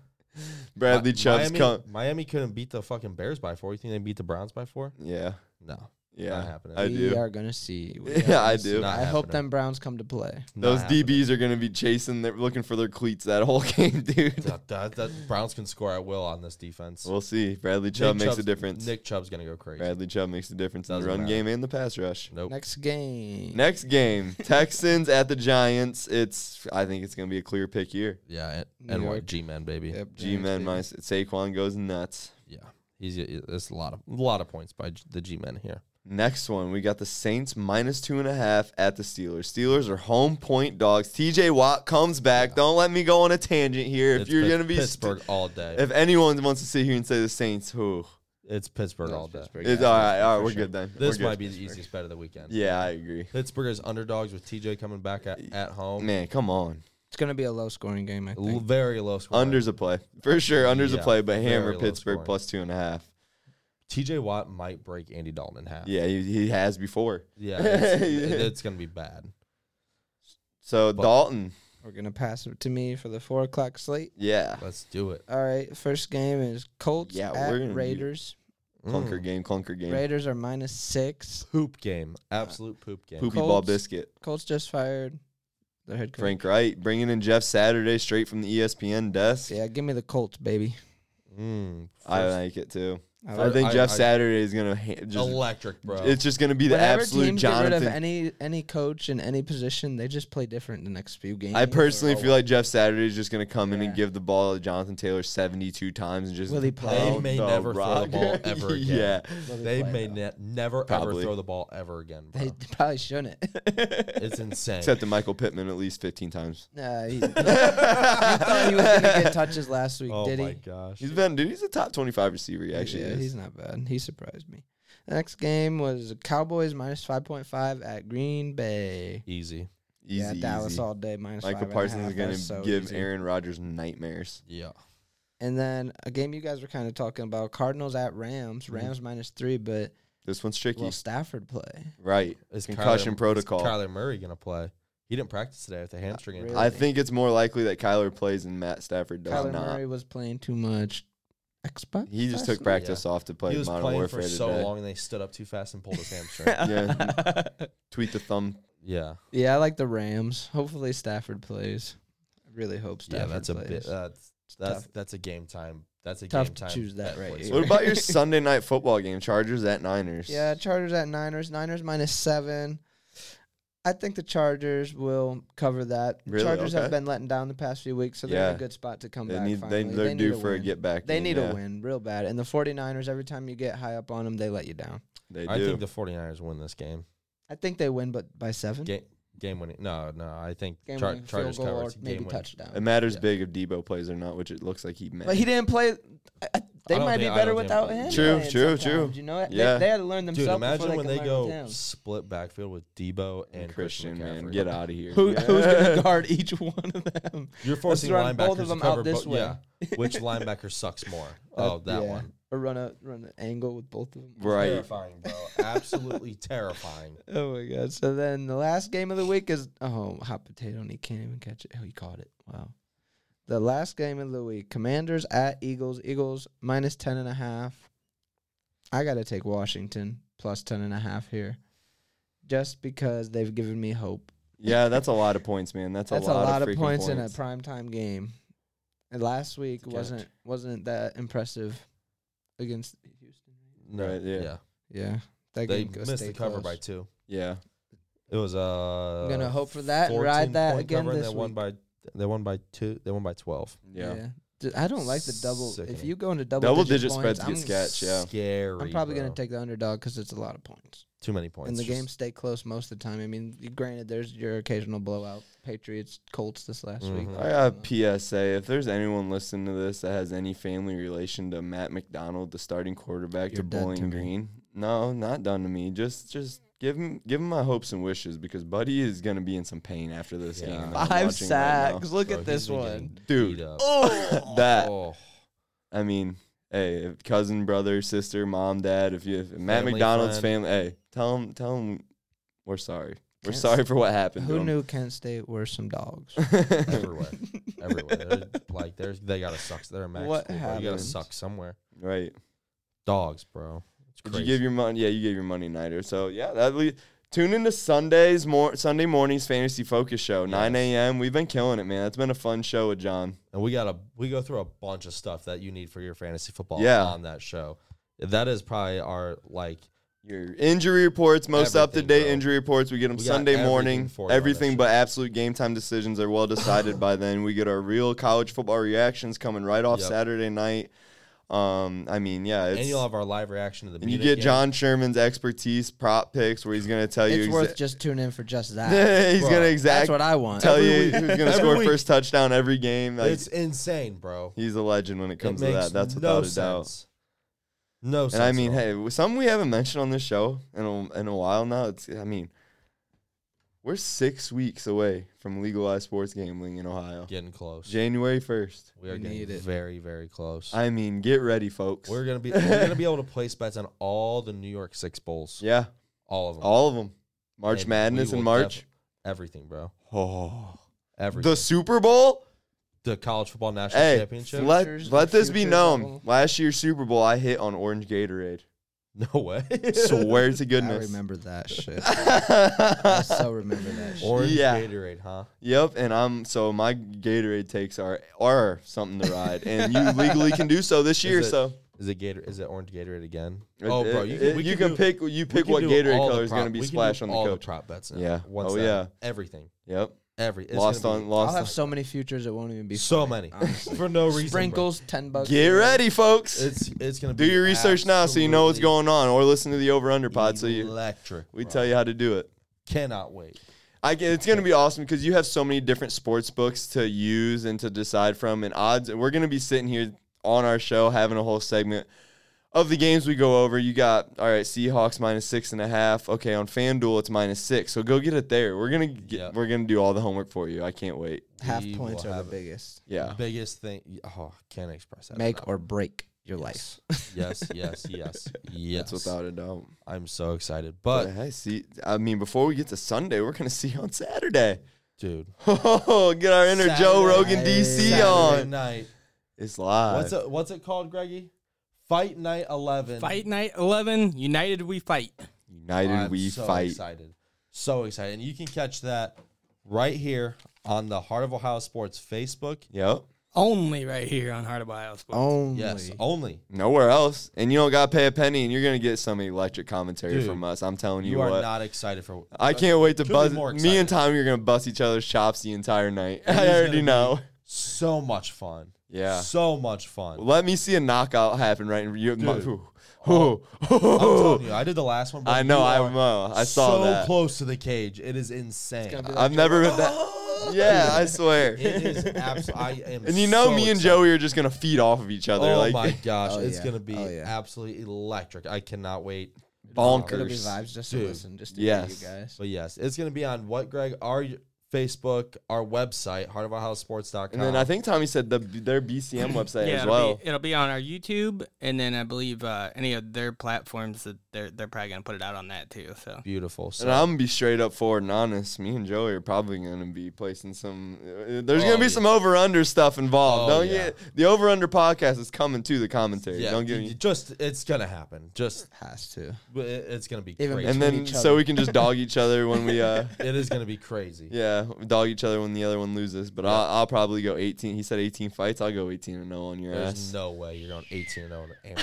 Bradley Mi- Chubb's Miami, come. Miami couldn't beat the fucking Bears by four. You think they beat the Browns by four? Yeah, No, not yeah. happening. I we do. are gonna see. We [laughs] are Yeah, gonna I see. do. Not I hope happening. them Browns come to play. Those DBs are gonna be chasing, they're looking for their cleats that whole [laughs] game, dude. that, Browns can score at will on this defense. We'll see. Bradley Nick Chubb makes a Chubb's- difference. Nick Chubb's gonna go crazy. Bradley Chubb makes a difference in the Doesn't run matter. game and the pass rush. Nope. Next game. Next game, [laughs] Texans at the Giants. It's I think it's gonna be a clear pick here. Yeah, and, New and York. what G men baby. Yep, G Giants, man, baby. my Saquon goes nuts. Yeah, he's it's a lot of a lot of points by G- the G men here. Next one, we got the Saints minus two and a half at the Steelers. Steelers are home point dogs. TJ Watt comes back. Don't let me go on a tangent here. If It's you're Pit- gonna be Pittsburgh all day, if anyone wants to sit here and say the Saints, who it's Pittsburgh That's all day. Pittsburgh, it's yeah. all right, all right, we're sure. good then. This We're might good. be the easiest bet of the weekend. Yeah, I agree. Pittsburgh is underdogs with TJ coming back at, at home. Man, come on. It's gonna be a low scoring game. I L- think. Very low score. Under's a play for sure. Under's a Yeah, play, but very hammer low Pittsburgh scoring. plus two and a half. TJ Watt might break Andy Dalton in half. Yeah, he, he has before. [laughs] Yeah, it's, it- it's gonna be bad. So But- Dalton, We're gonna pass it to me for the four o'clock slate. yeah, Let's do it. All right, first game is Colts Yeah, at we're gonna be- Raiders. clunker Mm. game, clunker game, Raiders are minus six. poop game, absolute poop game. poopy ball Colts. biscuit. Colts just fired their head coach. Frank Wright bringing in Jeff Saturday straight from the E ESPN desk. Yeah, give me the Colts, baby. Mm. I First- like it too. I I First- like- think I- Jeff I- Saturday is gonna ha- just. electric, bro. It's just gonna be the Whenever absolute teams get rid of Jonathan. any any coach in any position, they just play different the next few games. I personally or- feel like Jeff Saturday is just gonna come in and Yeah. give the ball to Jonathan Taylor seventy-two times and just. Will he play? They pound may the never throw the ball [laughs] rock. ever yeah, again. Let me they play, may though. ne- never Probably. ever throw the ball ever again, bro. They Oh. [laughs] probably shouldn't. it's insane. except to Michael Pittman at least [laughs] fifteen times. [laughs] nah, he, he thought he was gonna get touches [laughs] last week, oh did my he? gosh. He's been dude. He's a top twenty-five receiver. He actually yeah, is. he's not bad. He surprised me. The next game was Cowboys minus five point five at Green Bay. Easy. easy, yeah, Dallas easy. all day minus Michael five and a Parsons is half. going to That's so give easy. Aaron Rodgers nightmares. Yeah. And then a game you guys were kind of talking about Cardinals at Rams. Rams minus three, but This one's Mm-hmm. tricky. will Stafford play? right. Is Concussion Kyler, protocol. Is Kyler Murray gonna play? He didn't practice today with the hamstring injury. really? I think it's more likely that Kyler plays and Matt Stafford does Kyler not. Murray was playing too much. Xbox. He just last took [laughs] practice off to play he was Modern playing Warfare for today. so long, and they stood up too fast and pulled his [laughs] hamstring. week? Yeah. Tweet the [laughs] thumb. yeah, yeah, I like the Rams. Hopefully Stafford plays. I really hope yeah. Stafford That's a plays. uh, bit. That's that's tough. that's a game time. That's a Tough game to time. choose that right place. here. What about your Sunday night football game? Chargers at Niners. Yeah, Chargers at Niners. Niners minus seven. I think the Chargers will cover that. The Really? Chargers Okay. have been letting down the past few weeks, so they're in Yeah. a good spot to come They back. need, they, finally. they're due for a win. get back. They game, need yeah. a win real bad. And the 49ers, every time you get high up on them, they let you down. They I do. think the 49ers win this game. I think they win, but by seven? Game game winning. No, no. I think Game Char- winning Chargers field goal cover. or It's a maybe game winning. touchdown. it matters Yeah. big if Debo plays or not, which it looks like he may. But he didn't play. I- I- They I don't might think- be I better don't think- without him. True, playing true, sometimes, true. You know, they, Yeah. they had to learn Dude, themselves. imagine before when they they could learn with go him. [laughs] split backfield with Debo and Christian, Christian, man, McCaffrey. get out of here. Who, Yeah. Who's going to guard each one of them? [laughs] You're Let's forcing run linebackers both of to them out cover. this bo- [laughs] way. yeah. Which linebacker sucks more? Uh, Oh, that [laughs] yeah. one. or run a run an angle with both of them. Right. Terrifying, bro. Absolutely terrifying. Oh my god! So then the last game of the week is oh hot potato, and he can't even catch it. Oh, he caught it. Wow. The last game of the week: Commanders at Eagles. Eagles minus ten and a half. I gotta take Washington plus ten and a half here, just because they've given me hope. Yeah, that's a lot of points, man. That's, That's a lot, of, of freaking points, points in a primetime game. And last week catch. wasn't wasn't that impressive against Houston. No, Right, yeah. yeah. Yeah, They that game goes missed stay the cover close. by two. yeah. It was uh. I'm gonna hope for that and ride 14 that point again cover, and this they won week. by they won by two. They won by twelve. Yeah. D- I don't like the double. If Sickening. you go into double, Double digit digit spreads points, get I'm, sketch, yeah. Scary. I'm probably bro. gonna take the underdog because it's a lot of points, too many points. and the Just- games stay close most of the time. I mean, y- granted, there's your occasional blowout. Patriots, Colts this last week. Mhm. Uh, I got a PSA. If there's anyone listening to this that has any family relation to Matt McDonald, the starting quarterback You're to dead to Bowling me. Green, no, not done to me. Just, just give him, give him my hopes and wishes because Buddy is gonna be in some pain after this Yeah. game. I'm watching Five right now. sacks. Look Bro, at he's this been one. getting Dude. beat up. Oh, [laughs] that. Oh, I mean, hey, if cousin, brother, sister, mom, dad. If you, if Matt Family McDonald's friend. family, hey, tell him, tell him, we're sorry. We're Yes. sorry for what happened. Who to [laughs] knew Kent State were some dogs? Him. [laughs] everywhere, everywhere. [laughs] They're- like there's they gotta suck. They're a max. What school, bro. You gotta happened? suck somewhere. right. Dogs, bro. It's Did crazy. you give your money? Yeah, you gave your money nighter. So yeah, that le- tune into Sundays more Sunday mornings fantasy focus show nine a.m. We've been killing it, man. That's been a fun show with John. and we got a we go through a bunch of stuff that you need for your fantasy football Yeah. on that show. That is probably our like Your injury reports, most Everything, up to date bro. injury reports. We get them We got Sunday everything morning. for you on that Everything show. but absolute game time decisions are [sighs] well decided by then. We get our real college football reactions coming right off Yep. Saturday night. Um, I mean, yeah, it's, and you'll have our live reaction to the and you Munich get game. John Sherman's expertise prop picks where he's gonna tell it's you worth exa- just tuning in for just [laughs] that. he's Bro, gonna that's That's exact what I want. tell Every you week. who's gonna Every score week. first touchdown every game. Like, It's insane, bro. he's a legend when it comes it to makes that. That's no without a doubt. sense. No sense. And I mean, at all. hey, w- something we haven't mentioned on this show in a, in a while now. It's I mean, we're six weeks away from legalized sports gambling in Ohio. getting close. January first. we are We need getting it. very, very close. I mean, get ready, folks. we're [laughs] gonna be we're gonna be able to place bets on all the New York Six bowls, yeah, all of them. all of them. March And we Madness in will March. def- everything, bro. oh, Everything. the Super Bowl. The, college football national Hey, championship. let Futures- let this be futures known. level. Last year's Super Bowl, I hit on [laughs] orange Gatorade. [laughs] no way. Swear to I goodness. remember [laughs] that shit. I so remember that shit. Orange Yeah. Gatorade, huh? [laughs] Yep, and I'm so my Gatorade takes are are something to ride, and you legally can do so this [laughs] Is year. it- so Is it Gator? Is it orange Gatorade again? oh, bro, you It- can, it- we you do- pick you we pick can what do Gatorade all the color is going prop- to be we can do splashed on the all the coach. prop bets. Now. Yeah. Once Oh, that- yeah. Everything. yep, Every. it's lost gonna on be lost. I'll have on- so many futures it won't even be so funny, many honestly. for no reason. bro. Sprinkles, ten bucks. Get ready, folks. It's it's gonna do be your research now so you know what's absolutely going on, or listen to the over under pod so you electric. we bro. tell you how to do it. Cannot wait. I can, it's going to be awesome because you have so many different sports books to use and to decide from and odds. And we're going to be sitting here on our show having a whole segment of the games we go over. You got, all right, Seahawks minus six and a half. Okay, on FanDuel, it's minus six. So go get it there. We're going to get, Yeah. we're going to do all the homework for you. I can't wait. Half We points will are the have it. biggest. Yeah. Biggest thing. Oh, can't express that. Make enough. or break your life. [laughs] Yes. [laughs] yes, [laughs] yes, yes, yes. That's without a doubt. I'm so excited, But, but hey, see, I mean, before we get to Sunday, we're going to [laughs] see you on Saturday. dude, Oh, get our inner Saturday Joe Rogan night. DC Saturday on. night. It's live. What's it? What's it called, Greggy? Fight night eleven. Fight Night 11, United We Fight. United I'm we so fight. Excited, so excited, and you can catch that right here on the Heart of Ohio Sports Facebook. Yep. Only right here on Heart of Ohio Sports. Only. Yes, only. Nowhere else. And you don't got to pay a penny, and you're going to get some electric commentary Dude, from us. I'm telling you, You, are what. not excited for. I can't wait to Couldn't be buzz. more Me and excited. Tommy are going to bust each other's chops the entire night. It [laughs] I is already gonna know. So much fun. Yeah. So much fun. Let me see a knockout happen right in your my, Dude. ooh, ooh, I'm telling ooh. you, I did the last one. but I know. you I are know. I so saw that. close to the cage. It is insane. gonna be like [gasps] I've never been that. Yeah, I swear. [laughs] It is absolutely. [laughs] I am. And you know, so me and excited. Joey are just going to feed off of each other. Oh like, [laughs] my gosh, Oh, it's yeah. gonna be Oh, yeah. absolutely electric. I cannot wait. It'll be bonkers. vibes just to Dude. listen, just to hear Yes. you guys. But yes, it's gonna be on what Greg our Facebook, our website, heartofourhousesports.com. And then I think Tommy said the their [laughs] BCM website as it'll well. be it'll be on our YouTube, and then I believe uh, any of their platforms that they're they're probably gonna put it out on that too. So beautiful. So And I'm gonna be straight up forward and honest. Me and Joey are probably gonna be placing some. uh, There's Oh, gonna be yeah. some over under stuff involved. Oh, Don't yeah. get the over under podcast is coming to the commentary. yeah, Don't get you- me. just it's gonna happen. Just [laughs] Has to. it- it's gonna be Even crazy. And between then each so other. we can just dog each other when [laughs] we uh it is gonna be crazy. yeah dog each other when the other one loses. But I'll, I'll probably go 18. He said 18 fights. I'll go 18 and 0 on your There's ass. no way you're going 18 and 0 in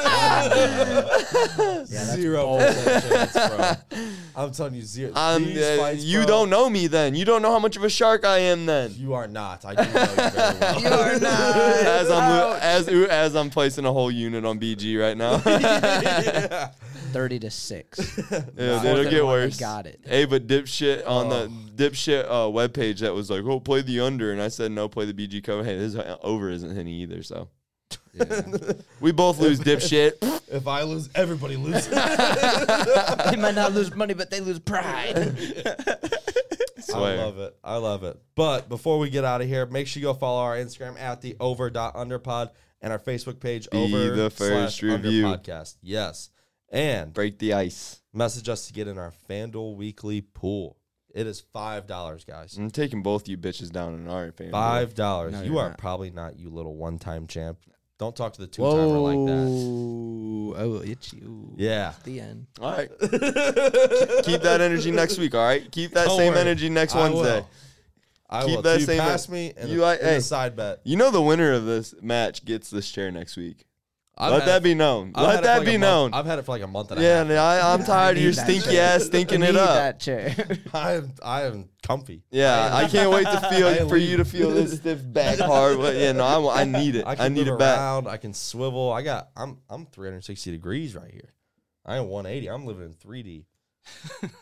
[laughs] amateur. zero percent chance, bro. I'm telling you, zero. I'm, These uh, fights, you bro, don't know me then. You don't know how much of a shark I am then. [laughs] You are not. I do know you very well. You are not. as I'm lo- as as I'm placing a whole unit on BG [laughs] right now. [laughs] Yeah. [laughs] Thirty to six. Yeah, Fourth it'll and get one, I worse. got it. Hey, but dipshit on Oh. the dipshit uh, webpage that was like, oh, play the under. And I said, no, play the BG cover. Hey, this uh, over isn't hitting either. So we both lose [laughs] dipshit. [laughs] [laughs] If I lose, everybody loses. they might not lose money, but they [laughs] lose pride. Swear. I love it. I love it. But before we get out of here, make sure you go follow our Instagram at the over.underpod and our Facebook page Be over the first slash under review. podcast. Yes. And Break the ice. message us to get in our FanDuel weekly pool. It is five dollars, guys. I'm taking both you bitches down in our family. Five dollars. No, you you're are not. probably not, you little one-time champ. Don't talk to the two-timer like that. I will hit you. [laughs] Yeah. The end. All right. Keep that energy next week. All right. Keep that Don't same worry. energy next I will. Wednesday. I Keep will. that That same- e- pass me and You a, like- and a hey. side bet. You know the winner of this match gets this chair next week. I've Let had that it- be known. I've had Let it for that like be a month- known. I've had it for like a month and a yeah, half. and [laughs] I, I'm tired of need your that stinky chair. ass stinking it Need up. That chair. [laughs] I am I am comfy. Yeah, I can't wait to feel I for you to leave. feel this stiff back hard. But yeah, no, I, wa- I need it. I I, can need move it back. around. I can swivel. I got. I'm. I'm 360 degrees right here. I am 180. I'm living in [laughs] 3D.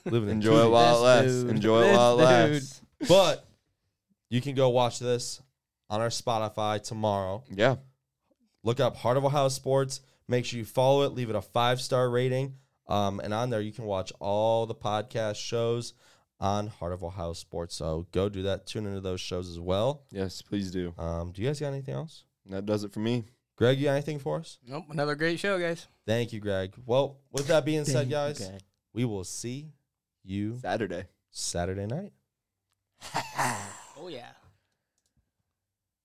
living in Enjoy it 2D. while it lasts. This dude. Enjoy it This while it dude. lasts. But you can go watch this on our Spotify tomorrow. Yeah, Look up Heart of Ohio Sports. Make sure you follow it. Leave it a five star rating. Um, and on there you can watch all the podcast shows on Heart of Ohio Sports. So go do that. Tune into those shows as well. yes, please do. Um, do you guys got anything else? That does it for me. Greg, you got anything for us? nope, another great show, guys. Thank you, Greg. Well, with that being said, guys, we will see you Saturday. Saturday night. [sighs] Oh yeah.